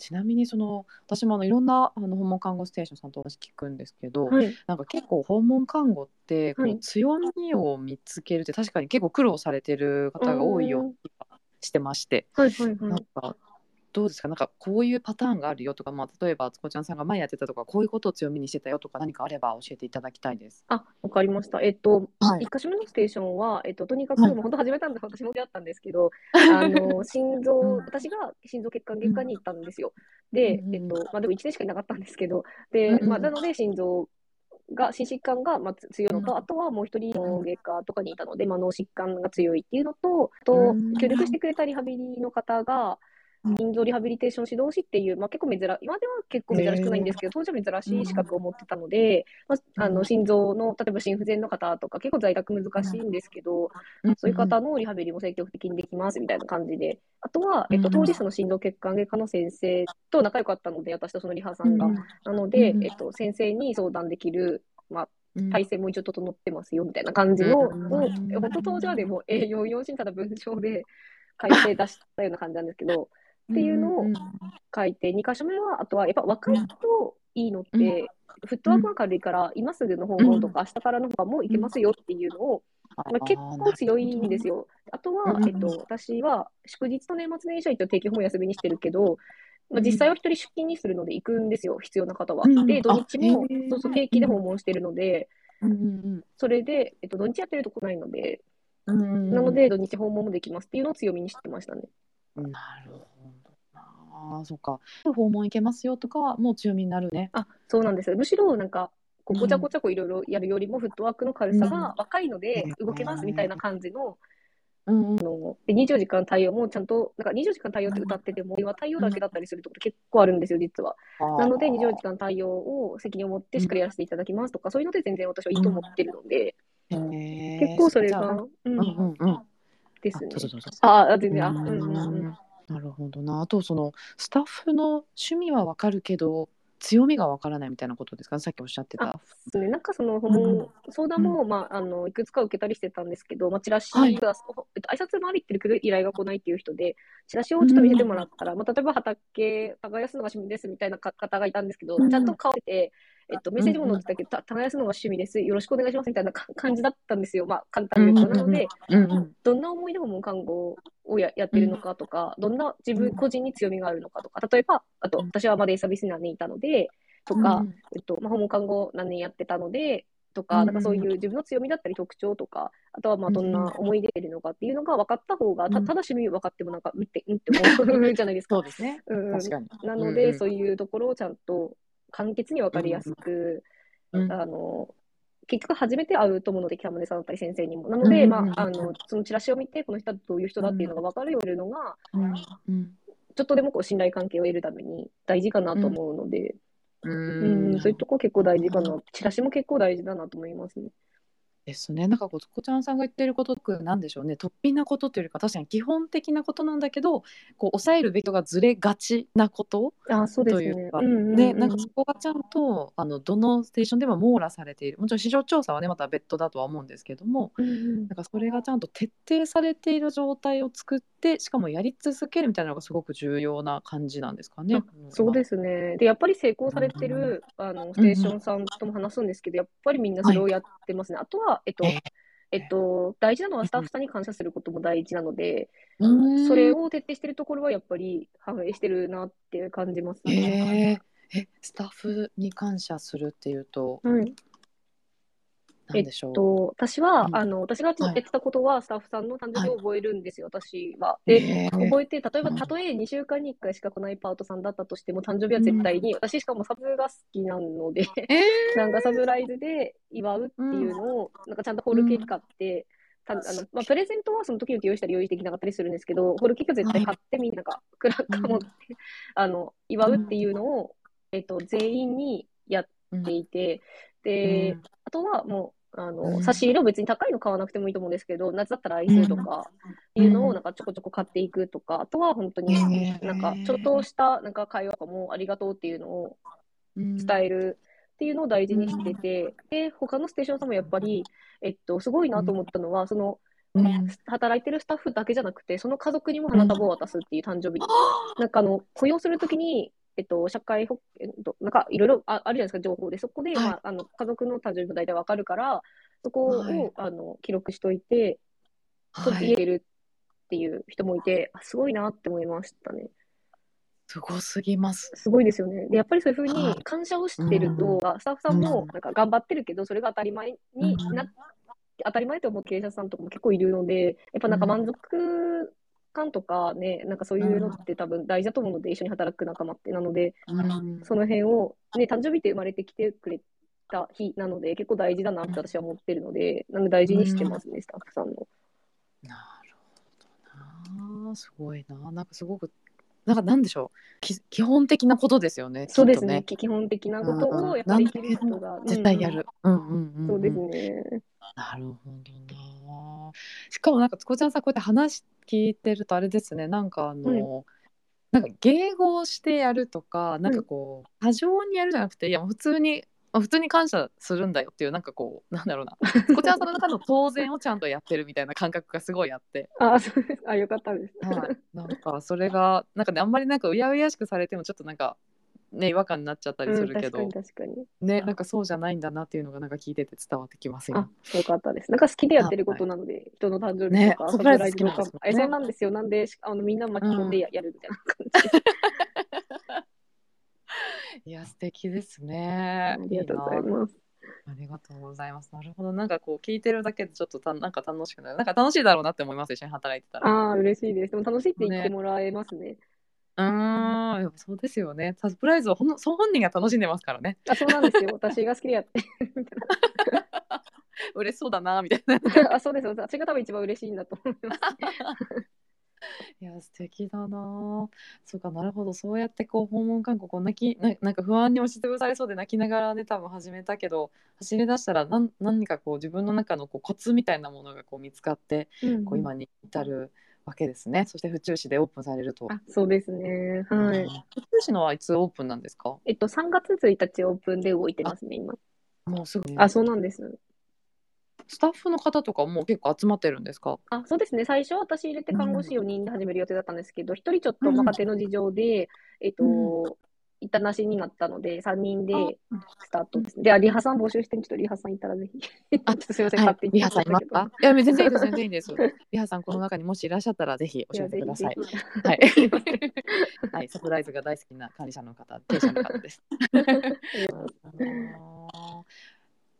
Speaker 1: ちなみにその私もあのいろんなあの訪問看護ステーションさんとお話聞くんですけど、
Speaker 2: はい、
Speaker 1: なんか結構訪問看護ってこ
Speaker 2: は
Speaker 1: う
Speaker 2: い
Speaker 1: 強みを見つけるって確かに結構苦労されてる方が多いような気がしてまして、
Speaker 2: はい、はい、は
Speaker 1: なん
Speaker 2: い。
Speaker 1: かどうですかなんかこういうパターンがあるよとか、まあ、例えばつこちゃんさんが前やってたとかこういうことを強みにしてたよとか何かあれば教えていただきたいです。
Speaker 2: あ、わかりました。えっと、
Speaker 1: は
Speaker 2: 一箇所目のステーションは、えっと、とにかく、
Speaker 1: はい
Speaker 2: もう本当始めたんで、私も出会ったんです けど、あの、心臓、
Speaker 1: うん
Speaker 2: 私が心臓血管外科に行ったんですよ。で
Speaker 1: う、ん
Speaker 2: えっと、まあ、でも1年しかいなかったんですけど、で、
Speaker 1: うん
Speaker 2: まあ、なので心臓が、心疾患が、まあ、つ強いのと、あとはもう一人の外科とかにいたので、まあ、脳疾患が強いっていうのと、あと
Speaker 1: うん、
Speaker 2: 協力してくれたリハビリの方が、心臓リハビリテーション指導士っていう、まあ、結構珍、今では結構珍しくないんですけど、当時は珍しい資格を持ってたので、まあ、あ
Speaker 1: う
Speaker 2: の
Speaker 1: ん
Speaker 2: 心臓の、例えば心不全の方とか、結構在宅難しいんですけど、そういう方のリハビリも積極的にできますみたいな感じで、あとは、えっと、
Speaker 1: うん
Speaker 2: 当時その心臓血管外科の先生と仲良かったので、私とそのリハさんが。
Speaker 1: うん
Speaker 2: なので、
Speaker 1: うん
Speaker 2: えっと、先生に相談できる
Speaker 1: うん
Speaker 2: 体制も一応整ってますよみたいな感じの、
Speaker 1: うん
Speaker 2: を、本当当時はでも A4 用紙にただ文章で改定出したような感じなんですけど、っていうのを
Speaker 1: ん
Speaker 2: 書いて、2箇所目は、あとはやっぱ若い人いいのって、
Speaker 1: う
Speaker 2: フットワークが軽いから、今すぐの方法とか、明日からの方がもういけますよっていうのを、まあ、結構強いんですよ。あとは
Speaker 1: う、ん
Speaker 2: えっと、私は祝日と年末年始は一応定期本休みにしてるけど、まあ、実際は一人出勤にするので行くんですよ、必要な方は
Speaker 1: う。ん
Speaker 2: で、土日
Speaker 1: あ
Speaker 2: も
Speaker 1: へー
Speaker 2: そうそう定期で訪問してるので、
Speaker 1: うんうん
Speaker 2: それで、えっと、土日やってるとこないので、
Speaker 1: うんうん
Speaker 2: なので、土日訪問もできますっていうのを強みにしてましたね。
Speaker 1: なるほどなあそうか訪問行けますよとかはもう強みになるね
Speaker 2: あ、そうなんですよ。むしろ、なんか、こ
Speaker 1: う
Speaker 2: うんごちゃごちゃこういろいろやるよりも、フットワークの軽さ
Speaker 1: うん
Speaker 2: が若いので、
Speaker 1: うん
Speaker 2: 動けますみたいな感じの、
Speaker 1: うんうん
Speaker 2: あので24時間対応もちゃんと、なんか24時間対応って歌ってても、要は対応だけだったりするってこと結構あるんですよ、実は。なので、24時間対応を責任を持ってしっかりやらせていただきますとか、そういうので全然私はいいと思ってるので、
Speaker 1: 結
Speaker 2: 結構それ
Speaker 1: う
Speaker 2: が、うん
Speaker 1: うんうんうん
Speaker 2: ですね
Speaker 1: あ。そうそうそう
Speaker 2: ああ、全然、あ、
Speaker 1: う
Speaker 2: うんん
Speaker 1: う
Speaker 2: うんん
Speaker 1: う
Speaker 2: うんん。
Speaker 1: なるほどなあとそのスタッフの趣味はわかるけど強みがわからないみたいなことですかさっきおっしゃってた
Speaker 2: ですね、なんかその訪
Speaker 1: うんう
Speaker 2: 問、相談も、まあ、あのいくつか受けたりしてたんですけど、まあ、チラシが、
Speaker 1: はい
Speaker 2: えっと挨拶回りってるけど、依頼が来ないっていう人で、チラシをちょっと見せてもらったら、まあ、例えば畑、耕すのが趣味ですみたいな方がいたんですけど、
Speaker 1: うん
Speaker 2: ちゃんと顔って、えっと、メッセージも載ってたけど、た耕すのが趣味です、よろしくお願いしますみたいなか感じだったんですよ、まあ、簡単に言うと。
Speaker 1: うん
Speaker 2: なので、
Speaker 1: うんうん
Speaker 2: どんな思いで訪問看護をややってるのかとか、どんな自分個人に強みがあるのかとか、例えば、あと、私はまだデイサービスに何年いたので、とか、
Speaker 1: うん
Speaker 2: えっと、まあ、訪問看護何年やってたので、と
Speaker 1: うん
Speaker 2: か、
Speaker 1: うん
Speaker 2: なんかそういう自分の強みだったり特徴とか、あとはまあ
Speaker 1: うん
Speaker 2: どんな思い出てるのかっていうのが分かった方が、
Speaker 1: う
Speaker 2: た
Speaker 1: ん
Speaker 2: ただ趣味分かってもなんか、うんって、 うんって思うじゃないです
Speaker 1: そ
Speaker 2: か
Speaker 1: う。ですね
Speaker 2: うんうん
Speaker 1: 確かに
Speaker 2: なので、そう
Speaker 1: いう
Speaker 2: いうところをちゃんと簡潔に分かりやすく、
Speaker 1: うん
Speaker 2: あの、結局初めて会うと思うので、北宗さんだったり先生にも。なので、
Speaker 1: うんうん
Speaker 2: ま
Speaker 1: うん
Speaker 2: あ、あの、そのチラシを見て、この人はどういう人だっていうのが分かるようになるのが、
Speaker 1: うんうん
Speaker 2: ちょっとでもこう信頼関係を得るために大事かなと思うので、
Speaker 1: う
Speaker 2: うん
Speaker 1: ん
Speaker 2: そういうとこ結構大事かな。チラシも結構大事だなと思いますね。
Speaker 1: ですね。なんかこう、こちゃんさんが言ってることくなんでしょうね。突飛なことっていうよりか、確かに基本的なことなんだけど、こう抑えるべきがずれがちなこと。
Speaker 2: あ、そうですね。
Speaker 1: というか
Speaker 2: んうんうん
Speaker 1: ね、なんかそこがちゃんと、あの、どのステーションでも網羅されている。もちろん市場調査はね、また別途だとは思うんですけども。
Speaker 2: うんうん
Speaker 1: なんかそれがちゃんと徹底されている状態を作って、しかもやり続けるみたいなのがすごく重要な感じなんですかね。
Speaker 2: あ。そうですすね。で、やっぱり成功されて
Speaker 1: うん
Speaker 2: る、あの、ステーションさんとも話すんですけど、やっぱりみんなそれをやってますね。あとは、えっと
Speaker 1: ええ、
Speaker 2: えっと、大事なのはスタッフさんに感謝することも大事なので、
Speaker 1: うん
Speaker 2: それ。を徹底してるところはやっぱり反映してるなって感じます
Speaker 1: へ
Speaker 2: ね。
Speaker 1: ええ、スタッフに感謝するっていうと、
Speaker 2: はい。
Speaker 1: なんでしょう。
Speaker 2: と、私は、
Speaker 1: うん
Speaker 2: あの、私がや
Speaker 1: はい
Speaker 2: ってたことは、スタッフさんの誕生日を覚えるんですよ、私は。
Speaker 1: へえ
Speaker 2: で、覚えて、例えば、
Speaker 1: うん
Speaker 2: たとえ2週間に1回しか来ないパートさんだったとしても、誕生日は絶対に、私しかもサブが好きなので、
Speaker 1: ええ
Speaker 2: なんかサプライズで祝うっていうのを、なんかちゃんとホールケーキ買って、たあのまあ、プレゼントはその時々用意したり用意できなかったりするんですけど、ホールケーキは絶対買ってみんながクラッカー持って、あの、祝うっていうのを、えっと、全員にやっていて、で、
Speaker 1: うん
Speaker 2: あとはもう、あの、
Speaker 1: うん
Speaker 2: 差し入れを別に高いの買わなくてもいいと思うんですけど、夏だったらアイスとかっていうの
Speaker 1: う
Speaker 2: を
Speaker 1: ん
Speaker 2: なんかちょこちょこ買っていくとか、あとは本当に
Speaker 1: へえ
Speaker 2: なんかちょっとしたなんか会話とかもありがとうっていうのを
Speaker 1: 伝
Speaker 2: 伝えるっていうのを大事にしてて、で、他のステーションさんもやっぱり、えっと、すごいなと思ったのは、その、働いてるスタッフだけじゃなくて、その家族にも花束を渡すっていう誕生日、なんかあの、雇用するときに、えっと、社会保、えっと、なんかいろいろああるじゃないですか、情報で。そこで、
Speaker 1: はい
Speaker 2: まあ、あの、家族の誕生日も大体わかるから、そこを、
Speaker 1: はい
Speaker 2: あの、記録しといて、ちょっと言えるっていう人もいて、あすごいなって思いましたね。
Speaker 1: すごすぎます。
Speaker 2: すごいですよね。で、やっぱりそういうふう
Speaker 1: は
Speaker 2: に
Speaker 1: い
Speaker 2: 感謝をしてると、スタッフさん
Speaker 1: うん
Speaker 2: もなんか頑張ってるけど、それが当たり前にな、
Speaker 1: うん
Speaker 2: 当たり前と思う経営者さんとかも結構いるので、やっぱなんか満足感とかね、なんかそういうのって多分大事だと思うので、一緒に働く仲間って。なので、
Speaker 1: うん
Speaker 2: その辺を、ね、誕生日って生まれてきてくれた日なので、結構大事だなって私は思ってるので、なので大事にしてますね、スタッフさんの。
Speaker 1: なるほどな。すごいな。なんかすごく、なんかなんでしょう。き基本的なことですよね。
Speaker 2: そうです
Speaker 1: きっと
Speaker 2: ね、。基本的なことをやっぱりできる人が。
Speaker 1: 絶対やる。うんうんうん
Speaker 2: うんん。
Speaker 1: ん
Speaker 2: そうですね。
Speaker 1: なるほどな。しかもなんかつこちゃんさんこうやって話聞いてるとあれですね。なんかあの、なんか迎合してやるとか、なんかこう過剰にやるじゃなくて、いやもう普通に。まあ普通に感謝するんだよっていうなんかこうなんだろうなこちらさんの中の当然をちゃんとやってるみたいな感覚がすごいあって、
Speaker 2: あ、そうです。あ、よかったです。
Speaker 1: はい、なんかそれがなんかねあんまりなんかうやうやしくされてもちょっとなんかね違和感になっちゃったりす
Speaker 2: うん、
Speaker 1: るけ
Speaker 2: 確か
Speaker 1: ど
Speaker 2: に、確かに。
Speaker 1: ねなんかそうじゃないんだなっていうのがなんか聞いてて伝わってきますよ
Speaker 2: あ、よかったです。なんか好きでやってることなので、人の誕生日
Speaker 1: ね
Speaker 2: とか、
Speaker 1: サプライズ
Speaker 2: と
Speaker 1: 好き
Speaker 2: か
Speaker 1: なんですもんね
Speaker 2: え、そうなんですよ。なんで、しあのみんな巻き込んでや,、やるみたいな感じ。
Speaker 1: いや素敵ですね。
Speaker 2: ありがとうございます。
Speaker 1: ありがとうございます。なるほど。なんかこう聞いてるだけでちょっとたなんか楽しくなる。なんか楽しいだろうなって思います。一緒に働いてたら。
Speaker 2: ああ、嬉しいです。でも楽しいって言ってもらえますね。
Speaker 1: うーん、やっぱそうですよね。サプライズをほんそう本人が楽しんでますからね。
Speaker 2: あ、そうなんですよ。私が好きでやって。
Speaker 1: 嬉しそうだなみた いな。い
Speaker 2: あ、そうです。私が多分一番嬉しいんだと思います。
Speaker 1: や素敵だな。そうかなるほど。そうやってこう訪問韓国を泣きななんか不安に押しつぶされそうで泣きながらね多分始めたけど走り出したらなん何かこう自分の中のこうコツみたいなものがこう見つかってこう今に至るわけですね。そして府中市でオープンされると。
Speaker 2: あ、そうですね。
Speaker 1: うん
Speaker 2: はい。
Speaker 1: 府中市のはいつオープンなんですか？
Speaker 2: えっと、3月1日オープンで動いてますね、今。
Speaker 1: もうすぐ、
Speaker 2: あ、そうなんです。
Speaker 1: スタッフの方とかも結構集まってるんですか？
Speaker 2: あ、そうですね。最初私入れて看護師4人で始める予定だったんですけど、1人ちょっとまあ家庭の事情で、えっ
Speaker 1: う
Speaker 2: と、いたなしになったので、3人で
Speaker 1: あ
Speaker 2: スタートですね。で、あリハさん募集してん、ちょっとリハさんいたらぜひ。ちょっとすいません、
Speaker 1: は
Speaker 2: 勝
Speaker 1: い
Speaker 2: 手に
Speaker 1: リハさんい
Speaker 2: 言っ
Speaker 1: ま
Speaker 2: ち
Speaker 1: す
Speaker 2: ゃった
Speaker 1: か？いや全然いいです全然いい です。リハさんこの中にもしいらっしゃったらぜひ
Speaker 2: け
Speaker 1: 教
Speaker 2: ど
Speaker 1: えてください
Speaker 2: や。ぜひぜひ
Speaker 1: はい。はい、サプライズが大好きな管理者の方、経営者の 方です。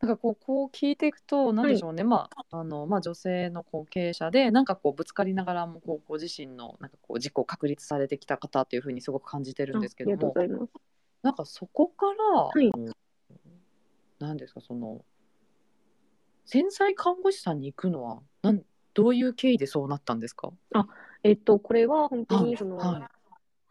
Speaker 1: なんかこうこう聞いていくと何でしょうね、まああのまあ、女性のこう経営者でなんかこうぶつかりながらもこうご自身のなんかこう自己を確立されてきた方というふうにすごく感じてるんですけ
Speaker 2: あ
Speaker 1: ど
Speaker 2: りがとう
Speaker 1: も
Speaker 2: ございます。
Speaker 1: なんかそこから、
Speaker 2: い
Speaker 1: あのなんですかその潜在看護師さんに行くのはなんどういう経緯でそうなったんですか、
Speaker 2: えっと、これは本当にその、
Speaker 1: はい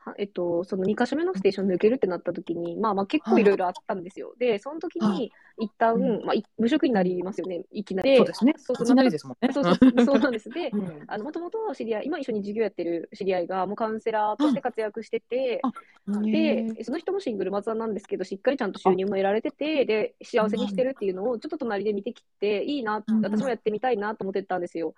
Speaker 2: はえっと、その2箇所目のステーション抜けるってなった時に、まあまあ結構いろいろあったんですよ。で、その時
Speaker 1: は
Speaker 2: に一旦、
Speaker 1: う
Speaker 2: まあい無職になりますよね、いきなり。
Speaker 1: そうですね
Speaker 2: そう
Speaker 1: いきなりですもんね。
Speaker 2: そう そう、そうなんです。で、
Speaker 1: うん
Speaker 2: あの、もともと知り合い、今一緒に授業やってる知り合いが、もうカウンセラーとして活躍してて、で、その人もシングルマザーなんですけど、しっかりちゃんと収入も得られてて、で、幸せにしてるっていうのを、ちょっと隣で見てきて、いいな、
Speaker 1: うん
Speaker 2: 私もやってみたいなと思ってたんですよ。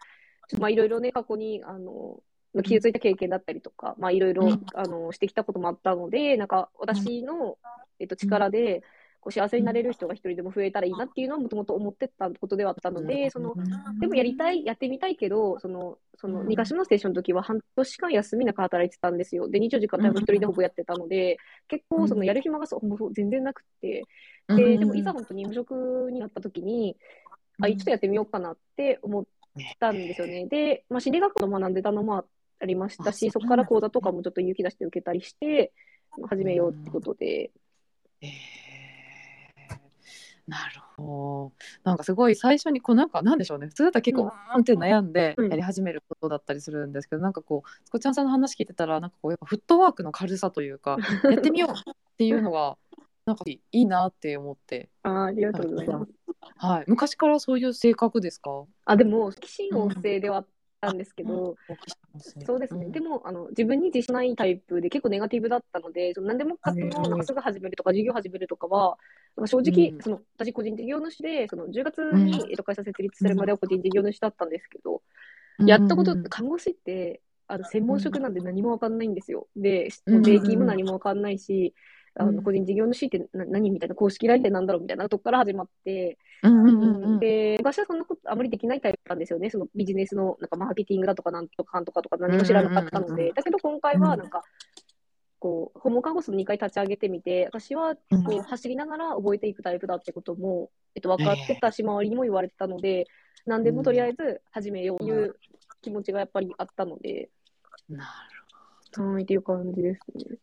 Speaker 2: ちょっとまあ、いろいろね、過去に、あの、傷ついた経験だったりとか、まあ、いろいろ、
Speaker 1: うん
Speaker 2: あの、してきたこともあったので、なんか、私の、えっと、力で、こう幸せになれる人が一人でも増えたらいいなっていうのはもともと思ってたことではあったので、その、でもやりたい、やってみたいけど、その、その
Speaker 1: うん
Speaker 2: 2か所のステーションの時は半年間休みなく働いてたんですよ。で、24時間多分一人でほぼやってたので、結構そのやる暇がそうもう全然なくて、で、でもいざ本当に無職になった時に、あ、ちょっとやってみようかなって思ったんですよね。で、まあ、心理学の学んでたのもありましたし、
Speaker 1: あそ
Speaker 2: そうこから講座とかもちょっと勇気出して受けたりして、始めようってことで。
Speaker 1: えーなるほどなんかすごい最初にこうなんかなんでしょうね普通だったら結構
Speaker 2: うん
Speaker 1: うーんって悩んで
Speaker 2: うん
Speaker 1: やり始めることだったりするんですけど、なんかこうスコちゃんさんの話聞いてたらなんかこうやっぱフットワークの軽さという かやってみようっていうのがなんかいいなって思って、
Speaker 2: あありがとうございます。
Speaker 1: はい、昔からそういう性格ですか
Speaker 2: あ、でも、寄進旺盛ではあったんですけど、そうですね。で
Speaker 1: も
Speaker 2: も、あの、自分に自信ないタイプで結構ネガティブだったので、その何でもかって
Speaker 1: う
Speaker 2: も、
Speaker 1: ん
Speaker 2: なんかすぐ始めるとか、授業始めるとかは、なんか正直、
Speaker 1: うん
Speaker 2: その、私個人事業主で、その、10月に
Speaker 1: う、
Speaker 2: えっと、会社設立するまでは個人事業主だったんですけど、やったこと、看護師って、あの、専門職なんで何もわかんないんですよ。で、
Speaker 1: うん
Speaker 2: 税金も何もわかんないし、あ
Speaker 1: う
Speaker 2: の、
Speaker 1: ん
Speaker 2: 個人事業主ってな何みたいな、公式 LINE ってなんだろうみたいなとこから始まって、で、昔はそんなことあまりできないタイプなんですよね。そのビジネスのなんかマーケティングだとかなんとかかんとかとか何も知らなかったの
Speaker 1: うんうんうんう
Speaker 2: で、だけど今回はなんか、こう、訪問看護師の2回立ち上げてみて、私はこう走りながら覚えていくタイプだってことも、えっと、分かってたし、周りにも言われてたので、何でもとりあえず始めようという気持ちがやっぱりあったので、
Speaker 1: なる
Speaker 2: はい、っていう感じですね。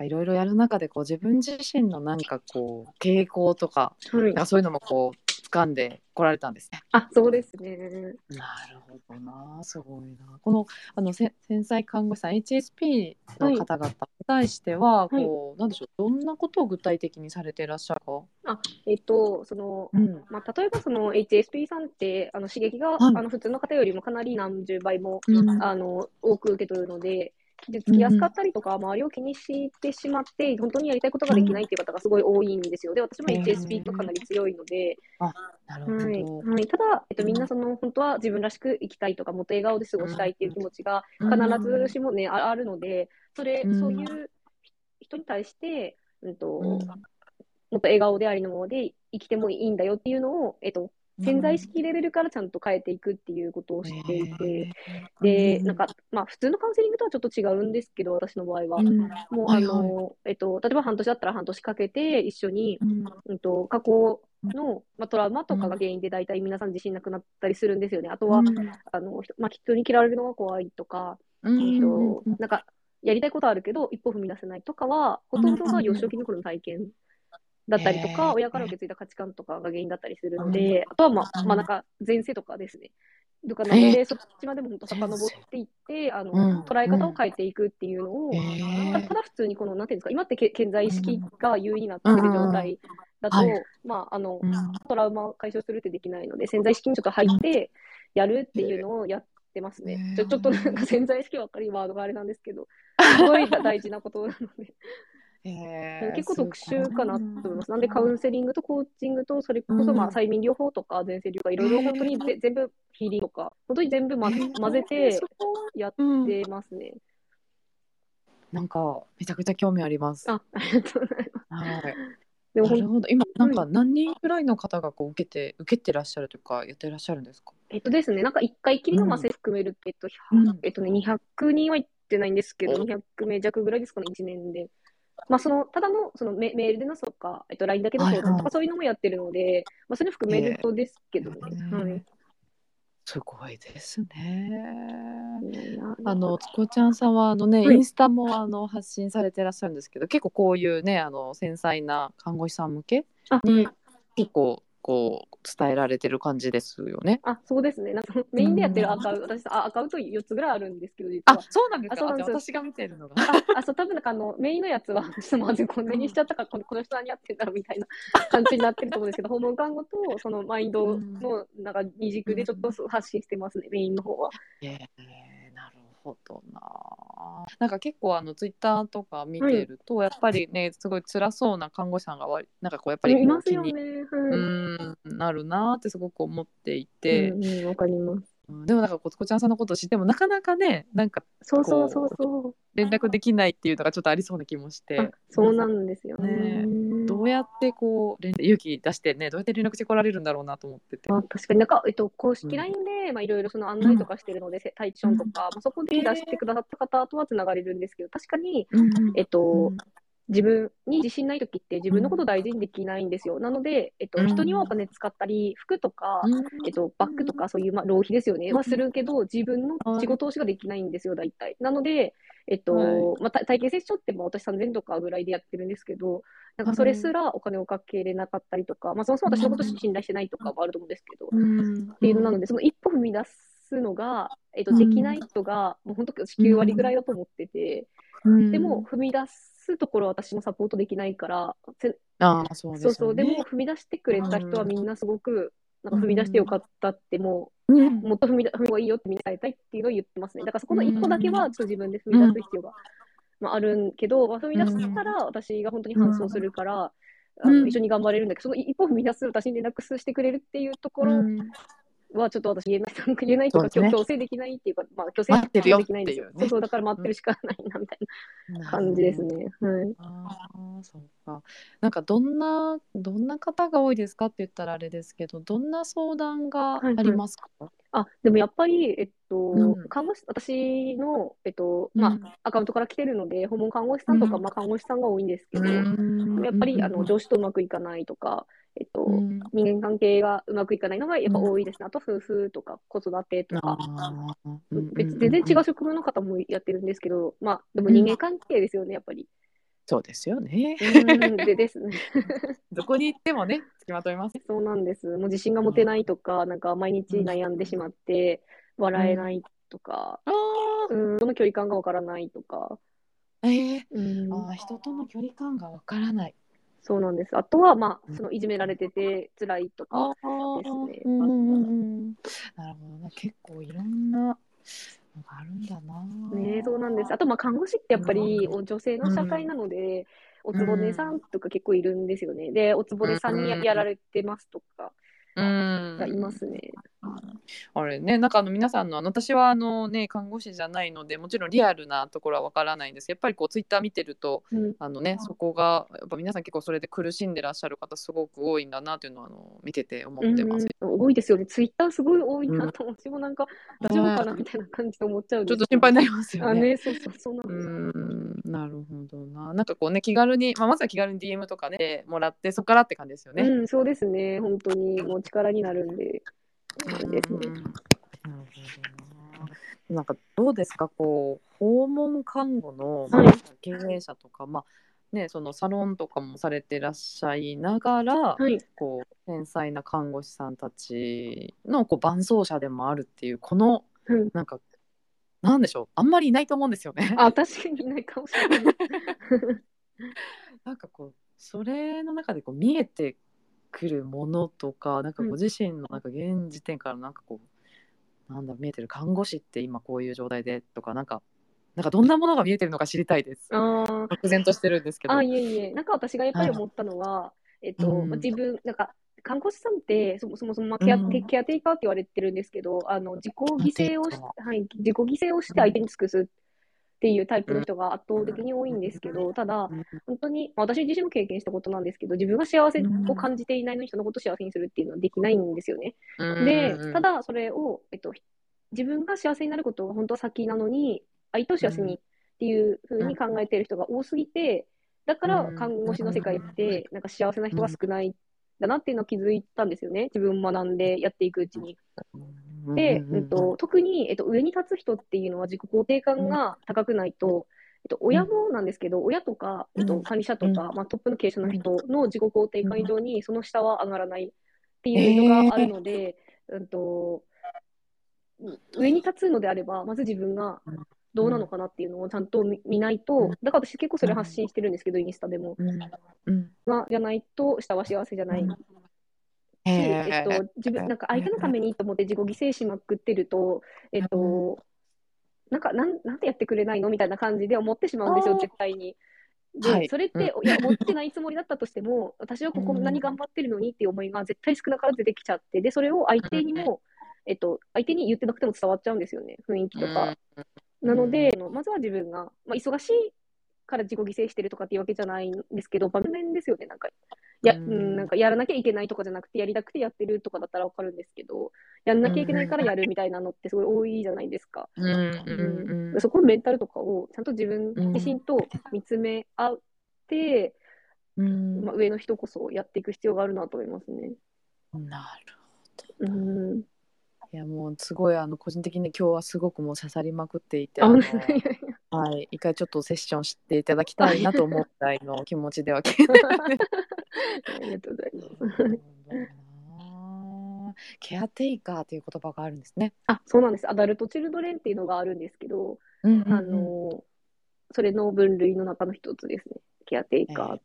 Speaker 1: いろいろやる中でこう自分自身のなんかこう傾向とか
Speaker 2: はい
Speaker 1: なん。かそういうのもこう掴んでこられたんですね。
Speaker 2: あ、そうですね。
Speaker 1: なるほどな、すごいな。このあのせ繊細看護師さん HSP の方々に対しては、
Speaker 2: い
Speaker 1: こうなんでしょう、どんなことを具体的にされていらっしゃるか。
Speaker 2: えっと、その、
Speaker 1: うん。
Speaker 2: まあ、例えばその HSP さんってあの刺激が、
Speaker 1: はい
Speaker 2: あの普通の方よりもかなり何十倍も、
Speaker 1: うん
Speaker 2: あの多く受け取るので、でつきやすかったりとか、周りを気にしてしまって、本当にやりたいことができないっていう方がすごい多いんですよ。で、私も
Speaker 1: うん
Speaker 2: HSP とかなり強いので、
Speaker 1: なるほど。
Speaker 2: はいはい、ただ、えっと、みんなその本当は自分らしく生きたいとか、もっと笑顔で過ごしたいっていう気持ちが必ずしもね、ああるので、それ、
Speaker 1: うん
Speaker 2: そういう人に対して、うんと、
Speaker 1: うん
Speaker 2: もっと笑顔でありのままで生きてもいいんだよっていうのを、えっと、潜在意識レベルからちゃんと変えていくっていうことをしていて、で、なんか、まあ、普通のカウンセリングとはちょっと違うんですけど、私の場合は。もう、
Speaker 1: は
Speaker 2: あ
Speaker 1: いはい
Speaker 2: の、えっと、例えば半年だったら半年かけて、一緒に、
Speaker 1: うん
Speaker 2: うんと、過去の、まあ、トラウマとかが原因で大体皆さん自信なくなったりするんですよね。あとは、あの、ひとまあ、人に嫌われるのが怖いとか、えっと、なんか、やりたいことはあるけど、一歩踏み出せないとかは、ほとんどが幼少期の頃の体験だったりと
Speaker 1: へ
Speaker 2: か、
Speaker 1: ー
Speaker 2: 親から受け継いだ価値観とかが原因だったりするので、あとは、まあ、まあ、なんか、前世とかですね。とかなので、そっちまでも本当遡っていって、あの、
Speaker 1: うん
Speaker 2: 捉え方を変えていくっていうのを、たただ普通にこの、なんていうんですか、今ってけ健在意識が優位になってる状態だと、
Speaker 1: うんうんはい
Speaker 2: まあ、あの、トラウマを解消するってできないので、潜在意識にちょっと入ってやるっていうのをやってますね。ちょちょっとなんか 潜在意識ばっかりワードがあれなんですけ ど、すごい大事なことなので、結構特殊かなと思います。なんでカウンセリングとコーチングと、それこそ
Speaker 1: う
Speaker 2: まあ
Speaker 1: ん
Speaker 2: 催眠療法とか、前世療法、いろいろ本当にぜ全部ヒーリングとか、本当に全部、ま、混ぜてやってますね。
Speaker 1: なんかめちゃくちゃ興味あります。
Speaker 2: あ、ありがとうございます。
Speaker 1: はい。
Speaker 2: でも
Speaker 1: な
Speaker 2: 本
Speaker 1: るほど。今なんか何人くらいの方がこう受けて受けてらっしゃるというかやってらっしゃるんですか。
Speaker 2: えっとですね、なんか1回きりのマセ含めると、えっと、
Speaker 1: うん
Speaker 2: えっとね、200人は行ってないんですけど、
Speaker 1: うん
Speaker 2: 200名弱ぐらいですかね、1年で。まあ、その、ただの、そのメメールでのとか、えっと、LINE だけの相
Speaker 1: はい
Speaker 2: 談と
Speaker 1: はい
Speaker 2: か、そういうのもやってるので、まあ、それ含めるとですけどね。はい。
Speaker 1: すごいですね。あ
Speaker 2: あ
Speaker 1: のつこちゃんさんはあのね、
Speaker 2: はい
Speaker 1: インスタもあの発信されてらっしゃるんですけど結構こういうねあの繊細な看護師さん向け
Speaker 2: あ、
Speaker 1: に結構こう伝えられてる感じですよね。
Speaker 2: あ、そうですね。なんか、メインでやってるアカウント、私、あアカウント4つぐらいあるんですけど、実
Speaker 1: あ
Speaker 2: は。
Speaker 1: そうなんです
Speaker 2: あそ
Speaker 1: か。
Speaker 2: うなん
Speaker 1: じゃ
Speaker 2: で
Speaker 1: あ
Speaker 2: す
Speaker 1: 私が見てるのが。
Speaker 2: あ、そう、多分なんかあの、メインのやつは、 ちょっとまずこんなにしちゃったから、このこの人何やってんだろうみたいな 感じになってると思うんですけど、訪問看護と、そのマインドの、なんか二軸でちょっとそう発信してますね、メインの方は。
Speaker 1: えーなるほどな。なんか結構あのツイッターとか見てると、やっぱりねすごい辛そうな看護師さんがわりなんかこうやっぱりこう
Speaker 2: います
Speaker 1: 気
Speaker 2: よ
Speaker 1: に、
Speaker 2: ね。
Speaker 1: う
Speaker 2: はい。
Speaker 1: んなるなってすごく思っていて、
Speaker 2: うんうん、わかります。
Speaker 1: うんでもなんかこうつこちゃんさんのことを知ってもなかなかねなんか
Speaker 2: そうそうそうそう。
Speaker 1: 連絡できないっていうのがちょっとありそうな気もして、
Speaker 2: あ、そうなんですよね。
Speaker 1: どうやってこう連勇気出してねどうやって連絡してこられるんだろうなと思ってて。
Speaker 2: あ確かになんか、えっと、公
Speaker 1: うん
Speaker 2: 式 LINE で、まあ、いろいろその案内とかしてるので、タイチションとか、まあ、そこで出してくださった方とはつながれるんですけど、確かに、えっと、自分に自信ない時って自分のことを大事にできないんですよ。なので、えっと、
Speaker 1: うん
Speaker 2: 人にはお金使ったり、服とか、えっと、バッグとかそういう、まあ、浪費ですよね。
Speaker 1: うん
Speaker 2: はするけど、自分の自己投資ができないんですよ、大体。なので、えっと、
Speaker 1: は
Speaker 2: まあ、た体験接種って、まあ、私3000とかぐらいでやってるんですけど、なん
Speaker 1: はい
Speaker 2: かそれすらお金をかけれなかったりとか、まあ、そもそも私のこと信頼してないとかもあると思うんですけど、っていうのなので、その一歩踏み出すのが、えっと、できない人が、もう本当9割ぐらいだと思ってて、でも、踏み出すところは私もサポートできないから、せ
Speaker 1: あーそうです
Speaker 2: そ
Speaker 1: よ
Speaker 2: うそう、で
Speaker 1: ね
Speaker 2: も踏み出してくれた人はみんなすごく、なんか踏み出してよかったって、も
Speaker 1: うん
Speaker 2: う、もっと踏み出、踏み出した方がいいよってみんな伝えたいっていうのを言ってますね。だからそこの一歩だけは、ちょっと自分で踏み出す必要が、まあ、あるんけど、まあ、踏み出したら私が本当に搬送するから、
Speaker 1: うん
Speaker 2: あ
Speaker 1: う
Speaker 2: の
Speaker 1: ん
Speaker 2: 一緒に頑張れるんだけど、その一歩踏み出す私に連絡してくれるっていうところはちょっと私言えない、なんか言えないというか、
Speaker 1: そうですね
Speaker 2: 強制できないっていうか、まあ強制
Speaker 1: 待ってるよ
Speaker 2: できないんですよ
Speaker 1: っ。ていうね
Speaker 2: そうそう、だから待ってるしかないなみたいな感じです。ね。はい。
Speaker 1: ああ、そうか。なんかどんなどんな方が多いですかって言ったらあれですけど、どんな相談がありますか。
Speaker 2: あ、でもやっぱり、えっと
Speaker 1: うん、
Speaker 2: 看護師、私の、えっと、
Speaker 1: うん
Speaker 2: まあ、アカウントから来てるので、訪問看護師さんとか、
Speaker 1: うん
Speaker 2: まあ、看護師さんが多いんですけど、や
Speaker 1: うん
Speaker 2: っぱり、あの、上司とうまくいかないとか、えっと、
Speaker 1: うん
Speaker 2: 人間関係がうまくいかないのがやっぱ多いですね。あと、夫婦とか、子育てとか、
Speaker 1: あー
Speaker 2: 別、全然違う。職務の方もやってるんですけど、まあ、でも人間関係ですよね、やっぱり。
Speaker 1: そうですよね。
Speaker 2: うん、 でですね。
Speaker 1: どこに行ってもね、つきまといます。
Speaker 2: そうなんです。もう自信が持てないとか、なんか毎日悩んでしまって、笑えないとか、
Speaker 1: ああ、
Speaker 2: うん、その距離感がわからないとか、
Speaker 1: ええ
Speaker 2: うん
Speaker 1: ああ、人との距離感がわからない。
Speaker 2: そうなんです。あとは、まあ、そのいじめられてて辛いとか、
Speaker 1: ああ、
Speaker 2: ですね
Speaker 1: うんうんうん。なるほどね。結構いろんなのがあるんだな。
Speaker 2: ね、そうなんです。あと、まあ、看護師ってやっぱりお女性の社会なので、おつぼねさんとか結構いるんですよね。で、おつぼねさんにや
Speaker 1: うん
Speaker 2: やられてますとか
Speaker 1: うん
Speaker 2: がいますね。
Speaker 1: うあれね、なんかあの皆さんのあの私はあの、ね、看護師じゃないのでもちろんリアルなところはわからないんですけどやっぱりこうツイッター見てると
Speaker 2: うん
Speaker 1: あの、ね、そこがやっぱ皆さん結構それで苦しんでらっしゃる方すごく多いんだなというのはあの見てて思ってます。
Speaker 2: うん多いですよね。ツイッターすごい多いなと、私もなんか大丈夫かなみたいな感じで思っちゃうん
Speaker 1: ちょ
Speaker 2: で
Speaker 1: っと
Speaker 2: すけ
Speaker 1: 心
Speaker 2: ど
Speaker 1: 配になりますよ
Speaker 2: あ、
Speaker 1: ね。
Speaker 2: ね、そうそう、そうなん
Speaker 1: う
Speaker 2: ですよ。
Speaker 1: んなるほどな。なんかこうね気軽に、まあ、まずは気軽に DM とかねもらってそこからって感じですよね。
Speaker 2: うん、そうですね。本当に、もう力になるんで。そうですね。
Speaker 1: なるほどな。なんかどうですかこう訪問看護の
Speaker 2: はい
Speaker 1: まあ経営者とか、まあねそのサロンとかもされてらっしゃいながら、
Speaker 2: はい。
Speaker 1: こう繊細な看護師さんたちのこう伴走者でもあるっていうこの
Speaker 2: うん
Speaker 1: なんかなんでしょうあんまりいないと思うんですよね。
Speaker 2: あ、確かにいないかもしれない。
Speaker 1: なんかこうそれの中でこう見えてくるものとかなんか
Speaker 2: うん
Speaker 1: ご自身のなんか現時点からなんかこう、なんだろう見えてる看護師って今こういう状態でとかなんかなんかどんなものが見えてるのか知りたいです。
Speaker 2: あー
Speaker 1: 漠然としてるんですけど。
Speaker 2: あ、いえいえ、なんか私がやっぱり思ったのは、えっと、
Speaker 1: うん
Speaker 2: まあ自分、なんか、看護師さんって、そもそもそも、まあケア、
Speaker 1: うん
Speaker 2: ケアテイカーって言われてるんですけど、あの、自己犠牲
Speaker 1: ケア
Speaker 2: をし、
Speaker 1: テイカ
Speaker 2: はい、自己犠牲をして相手に尽くすっていうタイプの人が圧倒的に多いんですけど、ただ、
Speaker 1: うん
Speaker 2: 本当に、まあ私自身も経験したことなんですけど、自分が幸せを感じていないのに人のことを幸せにするっていうのはできないんですよね。で、ただそれを、えっと、自分が幸せになることが本当は先なのに、相手を幸せにっていうふうに考えている人が多すぎて、だから
Speaker 1: うん
Speaker 2: 看護師の世界って、なんか幸せな人が少ないんだなっていうのを気づいたんですよね。自分も学んでやっていくうちに。
Speaker 1: うん
Speaker 2: で、
Speaker 1: うん
Speaker 2: えっと、特に、えっと、上に立つ人っていうのは自己肯定感が高くないと、えっと、親もなんですけど、親とか、えっ
Speaker 1: う
Speaker 2: と、
Speaker 1: ん
Speaker 2: 管理者とか、まあ、トップの経営者の人の自己肯定感以上に、その下は上がらないっていうのがあるので、うんと、上に立つのであれば、まず自分がどうなのかなっていうのをちゃんと見見ないと、だから私結構それ発信してるんですけど、インスタでも。
Speaker 1: うんうん
Speaker 2: まあ、じゃないと、下は幸せじゃない
Speaker 1: へ
Speaker 2: し、
Speaker 1: え
Speaker 2: えっと、自分、なんか相手のためにと思って自己犠牲しまくってると、えっと、なんか、なん、なんでやってくれないのみたいな感じで思ってしまうんですよ
Speaker 1: あ、ー
Speaker 2: 絶対に。で、
Speaker 1: はい
Speaker 2: それって、いや、思ってないつもりだったとしても、私はここ
Speaker 1: うん
Speaker 2: 何頑張ってるのにっていう思いが絶対少なからず出てきちゃって、で、それを相手にも、えっと、相手に言ってなくても伝わっちゃうんですよね、雰囲気とか。なので、あのまずは自分が、まあ、忙しいから自己犠牲してるとかっていうわけじゃないんですけど、場面ですよね、なんか。や、
Speaker 1: う
Speaker 2: うんん、なんかやらなきゃいけないとかじゃなくて、やりたくてやってるとかだったらわかるんですけど、やんなきゃいけないからやるみたいなのってすごい多いじゃないですか。
Speaker 1: うんうんうん
Speaker 2: そこのメンタルとかをちゃんと自分自身と見つめ合って、
Speaker 1: うん
Speaker 2: まあ、上の人こそやっていく必要があるなと思いますね。
Speaker 1: なる
Speaker 2: うん。
Speaker 1: いやもうすごいあの個人的に今日はすごくもう刺さりまくっていて
Speaker 2: あ、
Speaker 1: あ
Speaker 2: 本
Speaker 1: の
Speaker 2: 当に。
Speaker 1: はい、一回ちょっとセッションしていただきたいなと思うぐらいの気持ちでは
Speaker 2: ありがとうございます。
Speaker 1: ケアテイカーという言葉があるんですね。
Speaker 2: あ、そうなんです。アダルトチルドレンっていうのがあるんですけど、
Speaker 1: うん
Speaker 2: あの、それの分類の中の一つですね。ケアテイカー。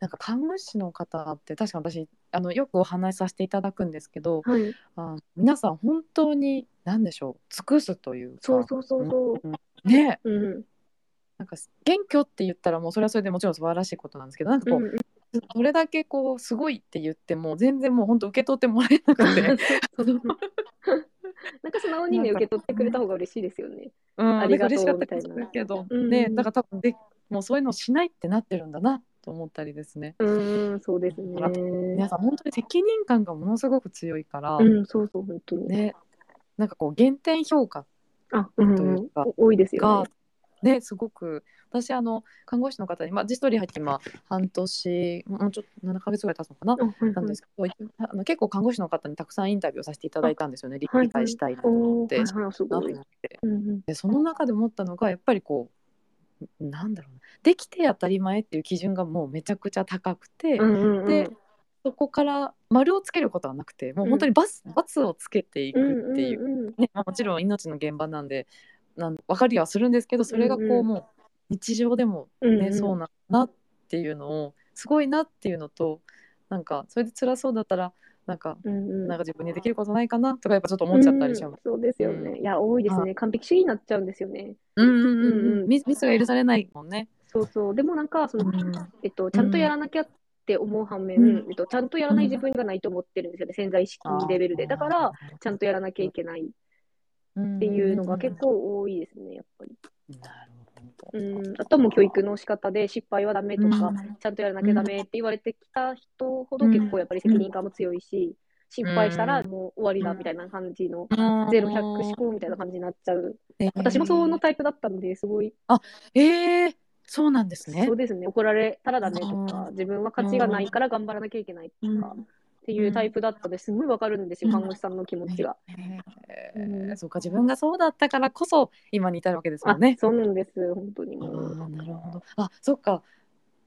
Speaker 1: なんか看護師の方って確か私あのよくお話しさせていただくんですけど
Speaker 2: はい。
Speaker 1: あ皆さん本当に何でしょう尽くすというか
Speaker 2: そうそうそうそ
Speaker 1: ね
Speaker 2: う。うん。
Speaker 1: なんか謙虚って言ったらもうそれはそれでもちろん素晴らしいことなんですけどなんかこう、
Speaker 2: うん
Speaker 1: それだけこうすごいって言っても全然もう本当受け取ってもらえなくて
Speaker 2: なんか素直にね、
Speaker 1: なん
Speaker 2: 受
Speaker 1: か
Speaker 2: け取ってくれた方が嬉しいですよね。
Speaker 1: うん
Speaker 2: ありがと
Speaker 1: なんか嬉
Speaker 2: う
Speaker 1: しかったりするけど、
Speaker 2: たいな
Speaker 1: ね
Speaker 2: うん
Speaker 1: だから多分でもうそういうのをしないってなってるんだなと思ったりですね
Speaker 2: うーん、そうですね。
Speaker 1: あ皆さん本当に責任感がものすごく強いから、
Speaker 2: うん、そうそう、本当に。
Speaker 1: ねなんかこう減点評価
Speaker 2: あ、うん、
Speaker 1: と
Speaker 2: う
Speaker 1: い
Speaker 2: ん
Speaker 1: うか、
Speaker 2: 多いですよ
Speaker 1: が
Speaker 2: ね。、
Speaker 1: ね、すごく私あの看護師の方に、まあ、実ストリー入って今半年もうちょっと7ヶ月ぐらい経つのかな
Speaker 2: あ、はい
Speaker 1: なんですけど、 あの結構看護師の方にたくさんインタビューをさせていただいたんですよね、理
Speaker 2: はいはい
Speaker 1: 理解したいなと思
Speaker 2: お
Speaker 1: っ
Speaker 2: ー
Speaker 1: て。
Speaker 2: はいはい、す
Speaker 1: な
Speaker 2: ご
Speaker 1: と
Speaker 2: い。
Speaker 1: 思って
Speaker 2: うんうん、
Speaker 1: でその中で思ったのがやっぱりこうなんだろうなできて当たり前っていう基準がもうめちゃくちゃ高くて、
Speaker 2: うんうんうん、
Speaker 1: でそこから丸をつけることはなくてもう本当にバス、罰をつけていくっていう、
Speaker 2: うんうんうん、
Speaker 1: ねまあもちろん命の現場なんでなん分かりはするんですけどそれがこう、
Speaker 2: うんうん
Speaker 1: もう日常でも
Speaker 2: うんうん
Speaker 1: ね、そうなんだなっていうのをすごいなっていうのとなんかそれで辛そうだったらなんか
Speaker 2: うんうん、
Speaker 1: なんか自分にできることないかなとかやっぱちょっと思っちゃったりしちゃう。
Speaker 2: うんそうですよ
Speaker 1: うん
Speaker 2: ね。いや、多いですね。完璧主義になっちゃうんですよね。
Speaker 1: うんうん
Speaker 2: うんうん
Speaker 1: ミミスが許されないもんね。
Speaker 2: そうそう。でもなんか、その、えっと、ちゃんとやらなきゃっって思う反面、
Speaker 1: うん
Speaker 2: えっと、ちゃんとやらない自分がないと思ってるんですよね、潜在意識レベルで。だから、ちゃんとやらなきゃいけないっていうのが結構多いですね、やっぱり。
Speaker 1: なるほ
Speaker 2: う
Speaker 1: ど
Speaker 2: ん、あとはもう教育の仕方で失敗はダメとか、
Speaker 1: うん
Speaker 2: ちゃんとやらなきゃダメって言われてきた人ほど結構やっぱり責任感も強いし、失敗したらもう終わりだみたいな感じの、ゼロ100思考みたいな感じになっちゃう。
Speaker 1: えー
Speaker 2: 私もそのタイプだったので、すごい、
Speaker 1: えー、そうなんですね
Speaker 2: そう。ですね、怒られたらダメと
Speaker 1: う
Speaker 2: か、自分は価値がないから頑張らなきゃいけないと
Speaker 1: うん
Speaker 2: か、っていうタイプだったので、すごいわかるんですよ、
Speaker 1: うん
Speaker 2: 看護師さんの気持ちが。
Speaker 1: え
Speaker 2: う
Speaker 1: ー、
Speaker 2: ん
Speaker 1: そうか自分がそうだったからこそ今に至るわけですも
Speaker 2: あ
Speaker 1: んね。
Speaker 2: そうなんです、本当に
Speaker 1: あ
Speaker 2: もう。
Speaker 1: ーなるほど。あそっか。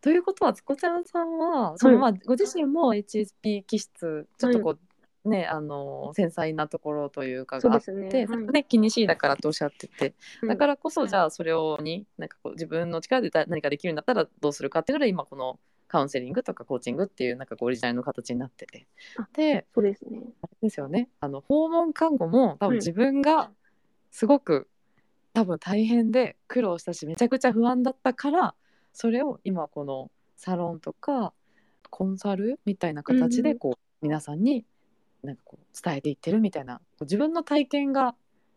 Speaker 1: ということはつこちゃんさんはその、
Speaker 2: はい
Speaker 1: まあご自身も HSP 気質ちょっとこう、ねあの繊細なところというか
Speaker 2: そう
Speaker 1: があ
Speaker 2: で
Speaker 1: って
Speaker 2: すね
Speaker 1: ね
Speaker 2: はい
Speaker 1: 気にしいだからとおっしゃってて、
Speaker 2: うん
Speaker 1: だからこそじゃあそれをになんかこう自分の力でだ何かできるんだったらどうするかっていうので今このカウンセリングとかコーチングっていうなんかこうオリジナルの形になってて
Speaker 2: あ。
Speaker 1: で
Speaker 2: そうですね。
Speaker 1: ですよね。あの訪問看護も多
Speaker 2: うん
Speaker 1: 分自分がすごく、多分大変で苦労したしめちゃくちゃ不安だったからそれを今このサロンとかコンサルみたいな形
Speaker 2: う
Speaker 1: で
Speaker 2: ん
Speaker 1: こう、皆さんになんかこう伝えていってるみたいなこう自分の体験が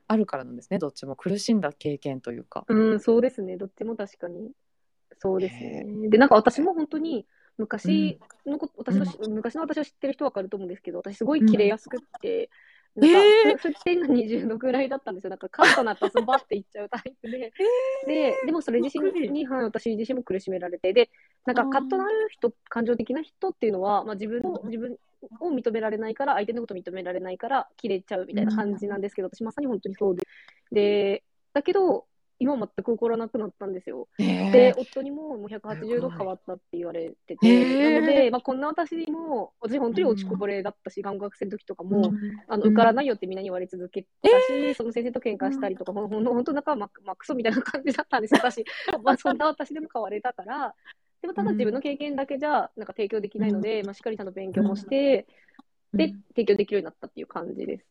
Speaker 1: あるからなんですねどっちも苦しんだ経験というか。
Speaker 2: うん、そうですね。どっちも確かに。そうです
Speaker 1: へ
Speaker 2: ね。で、なんか私も本当に昔のこと、私のし昔の私を知ってる人わかると思うんですけど、私すごい切れやすくって、
Speaker 1: ん
Speaker 2: なんか
Speaker 1: へ、
Speaker 2: 沸点が20度ぐらいだったんですよ。なんか、カッとなったらズバっていっちゃうタイプで。で、でもそれ自
Speaker 1: びっくり
Speaker 2: 身に、はい、私自身も苦しめられて。で、なん
Speaker 1: あ
Speaker 2: か、
Speaker 1: ー
Speaker 2: カッとなる人、感情的な人っていうのは、まあ自分の
Speaker 1: う、ん
Speaker 2: 自分を認められないから、相手のこと認められないから、切れちゃうみたいな感じなんですけど、私まさに本当にそうで。で、だけど、今全く怒らなくなったんですよ。で
Speaker 1: で、
Speaker 2: 夫にももう180度変わったって言われて
Speaker 1: へー
Speaker 2: て、なので、まあ、こんな私も、私本当に落ちこぼれだったし、看護学生の時とかも、あの受からないよってみんなに言われ続けてたし、その先生と喧嘩したりとか、ほんほん本当なんか、まあまあ、クソみたいな感じだったん ですよ、私。まあ、そんな私でも変われたから、でもただ自分の経験だけじゃ、なんか提供できないので、まあ、しっかりちゃんと勉強もして、で、提供できるようになったっていう感じです。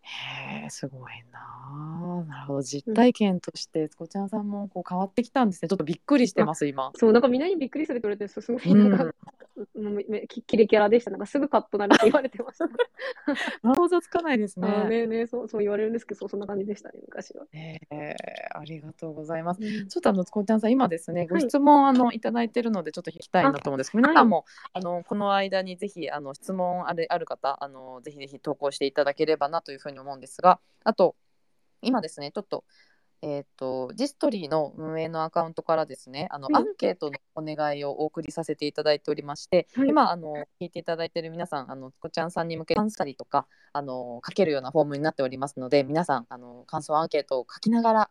Speaker 1: へえすごいなあなるほど実体験としてつこちゃんさんもこう変わってきたんですねちょっとびっくりしてます今。
Speaker 2: そう、なんかみんなにびっくりするって言われて、すごい、
Speaker 1: うん
Speaker 2: なんか、もうめめキキレキャラでした。なんかすぐカッとなるって言われてま した。
Speaker 1: 想像つかないです
Speaker 2: あー
Speaker 1: ね。
Speaker 2: ねねそう、そう言われるんですけど、そうそんな感じでしたね、昔は。
Speaker 1: ねえありがとうございます。
Speaker 2: うん
Speaker 1: ちょっとあのつこちゃんさん今ですねご質問あのいただいてるのでちょっと聞きたいなと思うんですけど
Speaker 2: あ
Speaker 1: 皆さんもあのこの間にぜひあの質問あるある方あのぜひぜひ投稿していただければなというふうに思うんですがあと今ですねちょっとえっ、とジストリーの運営のアカウントからですねあの、
Speaker 2: うん
Speaker 1: アンケートのお願いをお送りさせていただいておりまして、
Speaker 2: はい
Speaker 1: 今あの聞いていただいている皆さんあのつこちゃんさんに向けて感想したりとかあの書けるようなフォームになっておりますので皆さんあの感想アンケートを書きながら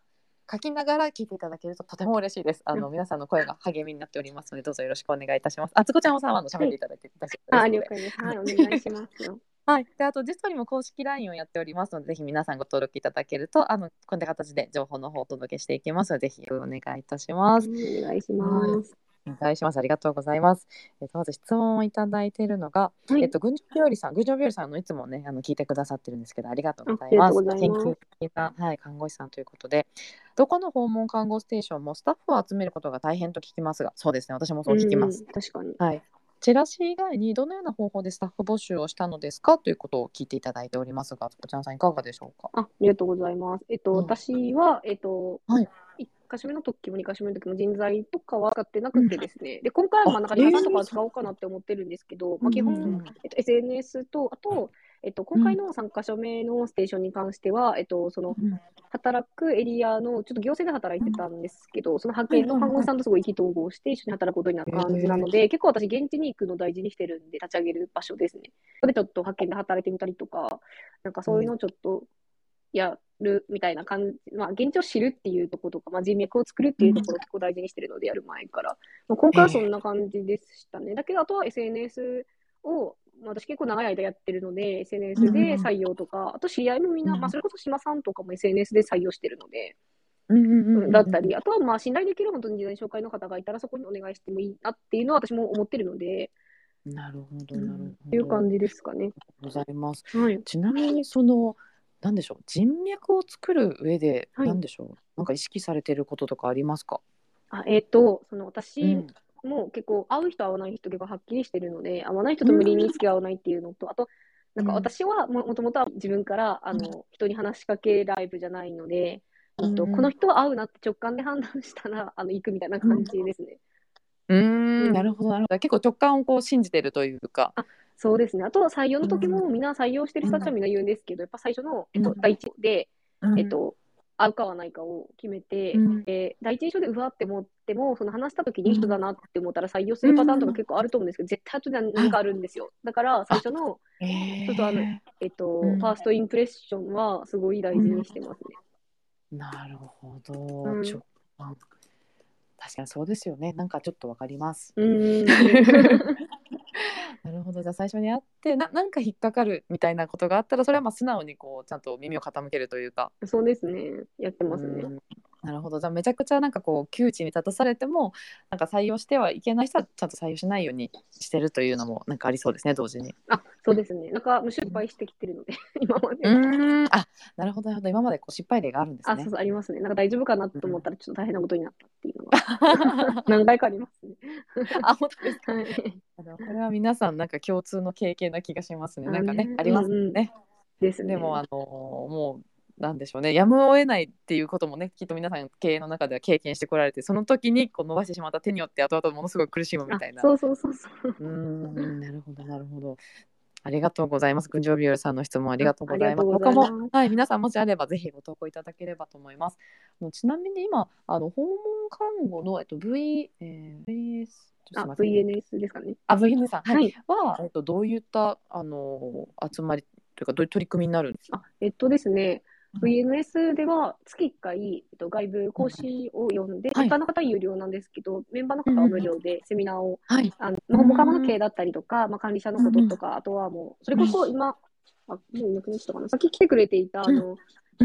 Speaker 1: 書きながら聞いていただけるととても嬉しいです。あの皆さんの声が励みになっておりますのでどうぞよろしくお願いいたします。あつこちゃんもさんはあの喋っていただいて大丈夫ですので。
Speaker 2: あ、了解です。はい、お願いしますよ。
Speaker 1: はい、であと、ジストリも公式 LINE をやっておりますので、ぜひ皆さんご登録いただけると、あのこんな形で情報の方をお届けしていきますので、ぜひお願いいたしま
Speaker 2: お
Speaker 1: す。
Speaker 2: 願いします。
Speaker 1: お願いします。ありがとうございます。えっと、まず質問をいただいているのが、
Speaker 2: はい
Speaker 1: えっと、群青日和さん、群青日和さんのいつもね、あの聞いてくださってるんですけど、ありがとうございます。
Speaker 2: ありがとうございます
Speaker 1: 研究的な、はい、看護師さんということで、どこの訪問看護ステーションもスタッフを集めることが大変と聞きますが、そうですね、私もそう聞きます
Speaker 2: うん。確かに。
Speaker 1: はい。チラシ以外にどのような方法でスタッフ募集をしたのですかということを聞いていただいておりますが、こちらさんいかがでしょうか。
Speaker 2: あ、ありがとうございます。えっ
Speaker 1: う
Speaker 2: と、
Speaker 1: ん
Speaker 2: 私は、えっと、
Speaker 1: はい
Speaker 2: 一箇所目の時も二箇所目の時も人材とかは使ってなくてですね。で、今回はまあなんかリハさんとかは使おうかなって思ってるんですけど、まあ基本、えっと、SNS と、あと、えっと、今回の3箇所目のステーションに関しては、えっと、その、働くエリアの、ちょっと行政で働いてたんですけど、その派遣の看護師さんとすごい意気投合して、一緒に働くことになる感じなので、結構私、現地に行くの大事にしてるんで、立ち上げる場所ですね。それでちょっと派遣で働いてみたりとか、なんかそういうのをちょっとやるみたいな感じ、まあ、現地を知るっていうところとか、まあ、人脈を作るっていうところを結構大事にしてるので、やる前から。まあ、今回はそんな感じでしたね。だけど、あとは SNS を、まあ私結構長い間やってるので、SNS で採用とか、あと知り合いもみんな、
Speaker 1: うん
Speaker 2: まあ、それこそ島さんとかも SNS で採用してるので、
Speaker 1: うんうんうん
Speaker 2: だったり、あとはまあ信頼できる本当に事前紹介の方がいたら、そこにお願いしてもいいなっていうのは私も思ってるので、
Speaker 1: なるほど、なるほど。
Speaker 2: っていう感
Speaker 1: じ
Speaker 2: じですかね。
Speaker 1: ございます。
Speaker 2: はい。
Speaker 1: ちなみに、その、なんでしょう、人脈を作る上で、
Speaker 2: はい
Speaker 1: なんでしょう、なんか意識されていることとかありますか。
Speaker 2: あえっ、と、その私、
Speaker 1: うん
Speaker 2: もう結構会う人会わない人がはっきりしてるので、会わない人と無理に付き合わないっていうのと、あと、なんか
Speaker 1: うん
Speaker 2: 私はももともとは自分からあの人に話しかけライブじゃないので、えっと
Speaker 1: うんうん
Speaker 2: この人は合うなって直感で判断したらあの行くみたいな感じですね。
Speaker 1: うーんなるほどなるほど結構直感をこう信じてるというか
Speaker 2: そうですね。あと採用の時
Speaker 1: う
Speaker 2: もみんな採用してる人たちはみんな言うんですけど、やっぱ最初の、えっ
Speaker 1: う
Speaker 2: と
Speaker 1: ん、
Speaker 2: 第一で、えっ
Speaker 1: うん
Speaker 2: と、合うか合わないかを決めて、
Speaker 1: うん
Speaker 2: で第一印象でうわって思っても、その話した時にいい人だなって思ったら採用するパターンとか結構あると思うんですけど、絶対後で何かあるんですよ。だから最初の、
Speaker 1: え
Speaker 2: ちょっとあのえっと、
Speaker 1: うん
Speaker 2: ファーストインプレッションはすごい大事にしてますね。
Speaker 1: なるほど、
Speaker 2: ん
Speaker 1: 直感確かにそうですよねなんかちょっとわかります
Speaker 2: うん。
Speaker 1: なるほどじゃあ最初に会ってななんか引っかかるみたいなことがあったらそれはまあ素直にこうちゃんと耳を傾けるというか。
Speaker 2: そうですね。やってますね
Speaker 1: う。んなるほどじゃあめちゃくちゃなんかこう窮地に立たされてもなんか採用してはいけない人はちゃんと採用しないようにしてるというのもなんかありそうですね同時に。
Speaker 2: あ、そうですね。なんか、もう失敗してきてるので、今まで。
Speaker 1: うんあなるほどなるほど今までこう失敗例があるんです
Speaker 2: あ、
Speaker 1: ね
Speaker 2: そう。そう、ありますね。なんか大丈夫かなと思ったら、ちょっと大変なことになったっていうの が、 何回かありますね。
Speaker 1: あ本当ですか
Speaker 2: はい。
Speaker 1: あのこれは皆さんなんか共通の経験な気がしますね。
Speaker 2: あ
Speaker 1: なんかね
Speaker 2: ね
Speaker 1: ありますよね。
Speaker 2: ですね。
Speaker 1: でもあのもうなんでしょうねやむを得ないっていうこともねきっと皆さん経営の中では経験してこられてその時にこう伸ばしてしまった手によって後々ものすごい苦しむみ
Speaker 2: あ
Speaker 1: たいな。
Speaker 2: そうそうそうそう。
Speaker 1: うーんなるほどなるほど。ありがとうございます。群青日和さんの質問ありがとうございます。
Speaker 2: ああり
Speaker 1: 他
Speaker 2: がとうございます
Speaker 1: も、はい、皆さんもしあればぜひご投稿いただければと思います。もうちなみに今、あの訪問看護の、えっと、V、えー、VS、ちょっとす
Speaker 2: あ、
Speaker 1: いません
Speaker 2: VNS ですかね。
Speaker 1: あ、VN さん、はい、
Speaker 2: はい。
Speaker 1: は、えっと、どういった、あの、集まりというか、どういう取り組みになるんですか
Speaker 2: あ、えっとですね
Speaker 1: うん、
Speaker 2: VNS では月1回、えっと、外部講師を呼んで、
Speaker 1: はい
Speaker 2: 一般の方は有料なんですけど、メンバーの方は無料でセミナーを、
Speaker 1: はい。
Speaker 2: あの、まあ、本科の経営だったりとか、まあ、管理者のこととか、あとはもう、それこそ今、あ、もういなくなっちゃったかな。さっき来てくれていた、あの、
Speaker 1: うん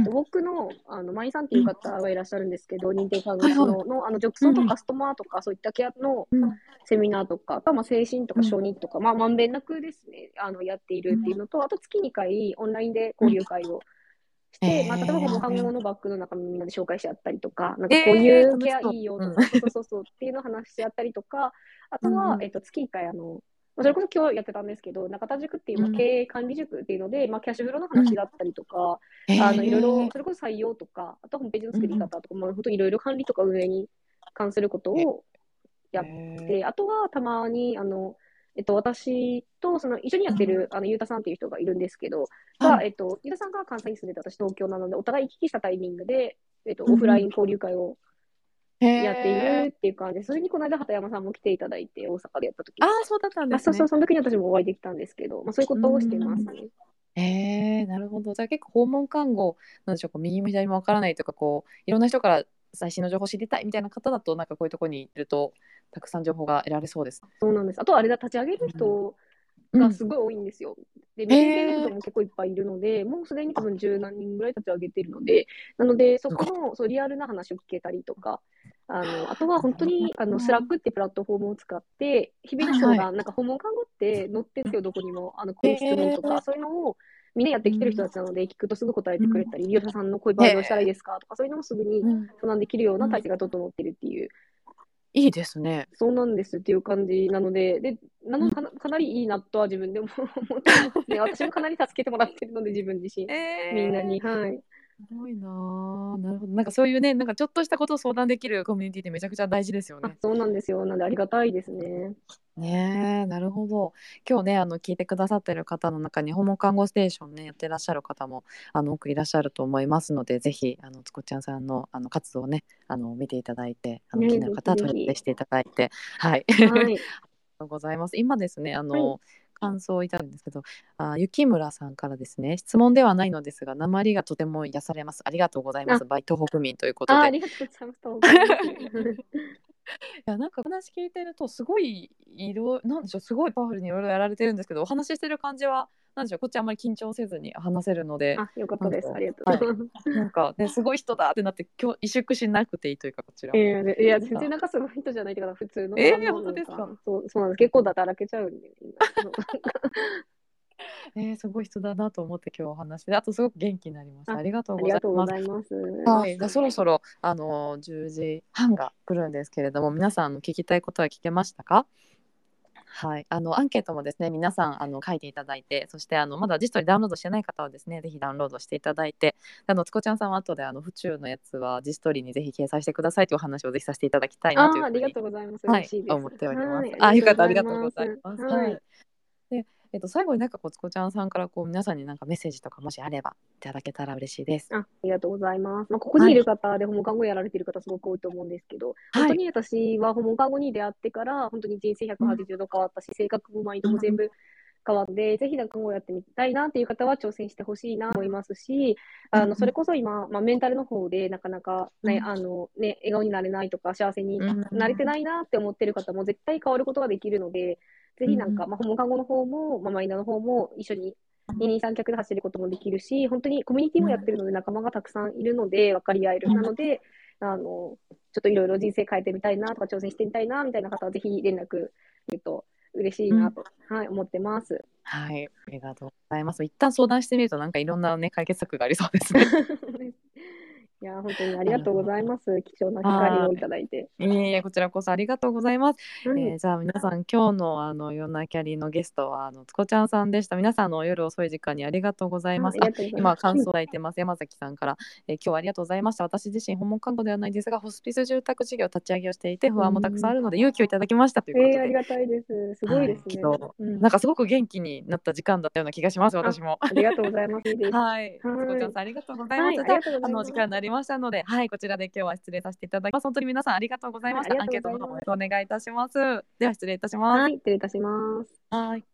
Speaker 2: 僕の、あの、マイさんっていう方がいらっしゃるんですけど、認定看護
Speaker 1: はい
Speaker 2: 師
Speaker 1: はい
Speaker 2: の、の、あの、ジョクソン
Speaker 1: う
Speaker 2: と
Speaker 1: ん
Speaker 2: かストマーとか、そういったケアの
Speaker 1: うん
Speaker 2: セミナーとか、あとはまあ精神とか
Speaker 1: うん
Speaker 2: 承認とか、まあ、まんべんなくですね、あの、やっているっていうのと、あと月2回、オンラインで交流会をして、
Speaker 1: うん
Speaker 2: まあ、
Speaker 1: え
Speaker 2: 例
Speaker 1: ー
Speaker 2: えば、保護看護のバッグの中身みんなで紹介し合ったりとか、なんかこう
Speaker 1: え
Speaker 2: い
Speaker 1: ー
Speaker 2: うケア
Speaker 1: 楽しそう
Speaker 2: いいよ
Speaker 1: うん
Speaker 2: とか、そうそうそうっていうのを話し合ったりとか、あと
Speaker 1: うん
Speaker 2: は
Speaker 1: う、ん
Speaker 2: えっと、月1回、あの、まあそれこそ今日やってたんですけど、中田塾っていうまあ
Speaker 1: うん
Speaker 2: 経営管理塾っていうので、まあ、キャッシュフローの話だったりとか、あのいろいろ、それこそ採用とか、あとホームページの作り方とか、まあ、本当いろいろ管理とか運営に関することをやっ
Speaker 1: え
Speaker 2: で、あとはたまに、あの、えっと、私と、その、一緒にやってる、あの、ゆうたさんっていう人がいるんですけど、が、
Speaker 1: はい
Speaker 2: えっと、ゆうたさんが関西に住んでて、私東京なので、お互い行き来したタイミングで、えっと、
Speaker 1: うんうん
Speaker 2: オフライン交流会を
Speaker 1: ー
Speaker 2: やってい
Speaker 1: へー
Speaker 2: るっていう感じで、それにこの間、畑山さんも来ていただいて、大阪でやった時
Speaker 1: あーそうだったんで
Speaker 2: あ、
Speaker 1: す
Speaker 2: そう
Speaker 1: ね
Speaker 2: そう、。その時に私もお会いできたんですけど、まあ、そういうことをしてますね。
Speaker 1: えー、なるほど。じゃあ結構訪問看護なんでしょう、こう右も左もわからないとかこういろんな人から最新の情報を知りたいみたいな方だとなんかこういうところにいるとたくさん情報が得られそうです。
Speaker 2: そうなんです。あと、あれだ、立ち上げる人
Speaker 1: う
Speaker 2: が
Speaker 1: ん
Speaker 2: すごい多いんですよ。で、
Speaker 1: ー
Speaker 2: 未経験の人も結構いっぱいいるので、もうすでに多分十何人ぐらい立ち上げてるので、なので、そこのそうリアルな話を聞けたりとか、あのあとは本当にあ
Speaker 1: う
Speaker 2: の
Speaker 1: ん
Speaker 2: スラックってプラットフォームを使って、日々の人
Speaker 1: はい
Speaker 2: が、なんか訪問看護って載ってるんですよ、どこにも。あの、こういう質問と
Speaker 1: へー
Speaker 2: か、そういうのをみんなやってきてる人たちなので、聞くとすぐ答えてくれたり、利用者さんのこういう場合どうしたらいいですかとか、そういうのもすぐに
Speaker 1: うん
Speaker 2: 相談できるような体制が整ってるっていう。
Speaker 1: いいですね。
Speaker 2: そうなんですっていう感じなので、で、なのかなかなりいいなとは自分でも 思ってま すね。私もかなり助けてもらってるので、自分自身、
Speaker 1: え
Speaker 2: みんな。に。はい。
Speaker 1: すごいなあ。なるほど。なんかそういうね、なんかちょっとしたことを相談できるコミュニティってめちゃくちゃ大事ですよ
Speaker 2: あ
Speaker 1: ね。、
Speaker 2: そうなんですよ。なんでありがたいですね。
Speaker 1: ねえ、なるほど。今日ね、あの聞いてくださってる方の中に訪問看護ステーションねやってらっしゃる方もあの多くいらっしゃると思いますので、ぜひあのつこちゃんさんのあの活動をね、あの見ていただいて、あの
Speaker 2: ね
Speaker 1: 気になる方は
Speaker 2: ぜひ
Speaker 1: 取
Speaker 2: ぜひ
Speaker 1: り入れしていただいて、はい。
Speaker 2: はい。
Speaker 1: ありがとうございます。今ですね、あの、感想をいただくんですけど、あ、雪村さんからですね、質問ではないのですが、鉛がとても癒されます。ありがとうございます。バイト北民ということ
Speaker 2: あ、
Speaker 1: で。
Speaker 2: あ
Speaker 1: い
Speaker 2: りがとうござい ます。
Speaker 1: や、なんかお話聞いてると、すごい、いろ、なんでしょう、すごいパワフルにいろいろやられてるんですけど、お話ししてる感じは、なんでしょう、こっちあんまり緊張せずに話せるので、
Speaker 2: あ、よかったです。ありがとうございます。
Speaker 1: なんか、ね、すごい人だってなって、今日萎縮しなくていいというか、こちら。
Speaker 2: いやいやいや、全然なんかすごい人じゃないっていうか、普通の。
Speaker 1: えー
Speaker 2: あの
Speaker 1: 本当ですか
Speaker 2: なんそう、そうなんです。結構だだらけちゃうんで。みんな
Speaker 1: ええー、すごい人だなと思って今日お話であとすごく元気になりました
Speaker 2: あ
Speaker 1: ありがとう
Speaker 2: あ
Speaker 1: ご
Speaker 2: り
Speaker 1: ざ
Speaker 2: が
Speaker 1: い
Speaker 2: とうご
Speaker 1: ます
Speaker 2: ざいます。
Speaker 1: はい、じゃあそろそろあの10時半が来るんですけれども皆さんあの聞きたいことは聞けましたかはい、あのアンケートもですね皆さんあの書いていただいてそしてあのまだ実際にダウンロードしてない方はですねぜひダウンロードしていただいてあのつこちゃんさんは後であの府中のやつは実ストーリーにぜひ掲載してくださいというお話をぜひさせていただきたい
Speaker 2: あ
Speaker 1: なというふ
Speaker 2: ーあ
Speaker 1: うに
Speaker 2: りがとうございます。
Speaker 1: は
Speaker 2: 嬉しいです。
Speaker 1: 思っております。
Speaker 2: はい
Speaker 1: あ、よかった、ありがとうございます。
Speaker 2: は
Speaker 1: はいい。で、えっと、最後になんか、こつこちゃんさんから、こう、皆さんになんかメッセージとか、もしあれば、いただけたら嬉しいです。
Speaker 2: あありがとうございます。まあ、ここにいる方で訪問看護やられている方すごく多いと思うんですけど、
Speaker 1: はい
Speaker 2: 本当に私は訪問看護に出会ってから、本当に人生180度変わったし、性格もマインドも全部変わって、ぜひなんか看護やってみたいなっていう方は挑戦してほしいなと思いますし、あ
Speaker 1: うんうん
Speaker 2: の、それこそ今、まあ、メンタルの方でなかなか、ね
Speaker 1: う、ん
Speaker 2: あの、ね、笑顔になれないとか、幸せに
Speaker 1: うん
Speaker 2: 慣れてないなって思ってる方も絶対変わることができるので、ぜひなんか、
Speaker 1: うん
Speaker 2: まあ、訪問看護の方も、まあ、マイナーの方も一緒に二人三脚で走ることもできるし、本当にコミュニティもやってるので仲間がたくさんいるので分かり合える。
Speaker 1: うん
Speaker 2: なので、あの、ちょっといろいろ人生変えてみたいなとか挑戦してみたいなみたいな方はぜひ連絡くれると嬉しいなと、はい、思ってます。
Speaker 1: はい、ありがとうございます。一旦相談してみると、なんか、いろんなね、解決策がありそうですね。
Speaker 2: いや、本当にありがとうございます。貴重な機会をいただいて。
Speaker 1: いえいえ、こちらこそ、ありがとうございます。
Speaker 2: はい
Speaker 1: えーじゃあ皆さん今日のあの夜なキャリのゲストはあのつこちゃんさんでした。皆さんあの夜遅い時間にありがとうございます。
Speaker 2: あ
Speaker 1: あ
Speaker 2: りがとうございま
Speaker 1: 今
Speaker 2: す
Speaker 1: 感想をいてます山崎さんから、えー今日はありがとうございました。私自身訪問看護ではないですがホスピス住宅事業を立ち上げをしていて不安もたくさんあるので勇気をいただきましたということ
Speaker 2: えー、あ
Speaker 1: で、
Speaker 2: りがたいです。すごいで
Speaker 1: は
Speaker 2: すね。
Speaker 1: いきっと
Speaker 2: うん
Speaker 1: なんかすごく元気になった時間だったような気がします私も。
Speaker 2: ありがとうございます。いいです
Speaker 1: はい、つこ
Speaker 2: はい
Speaker 1: ちゃんさんありがとうございまし
Speaker 2: は
Speaker 1: た。
Speaker 2: いありがとうござ
Speaker 1: あ
Speaker 2: います
Speaker 1: の時間になりましたので、はいこちらで今日は失礼させていただきます。本当に皆さんありがとうございました。
Speaker 2: はいあ
Speaker 1: アン
Speaker 2: り
Speaker 1: ケ
Speaker 2: が
Speaker 1: ー
Speaker 2: と
Speaker 1: ト
Speaker 2: うご
Speaker 1: の
Speaker 2: ざい
Speaker 1: 方
Speaker 2: ま
Speaker 1: も
Speaker 2: す
Speaker 1: お願いいたします。では失礼いたします。
Speaker 2: はい、失礼いたします。
Speaker 1: はい。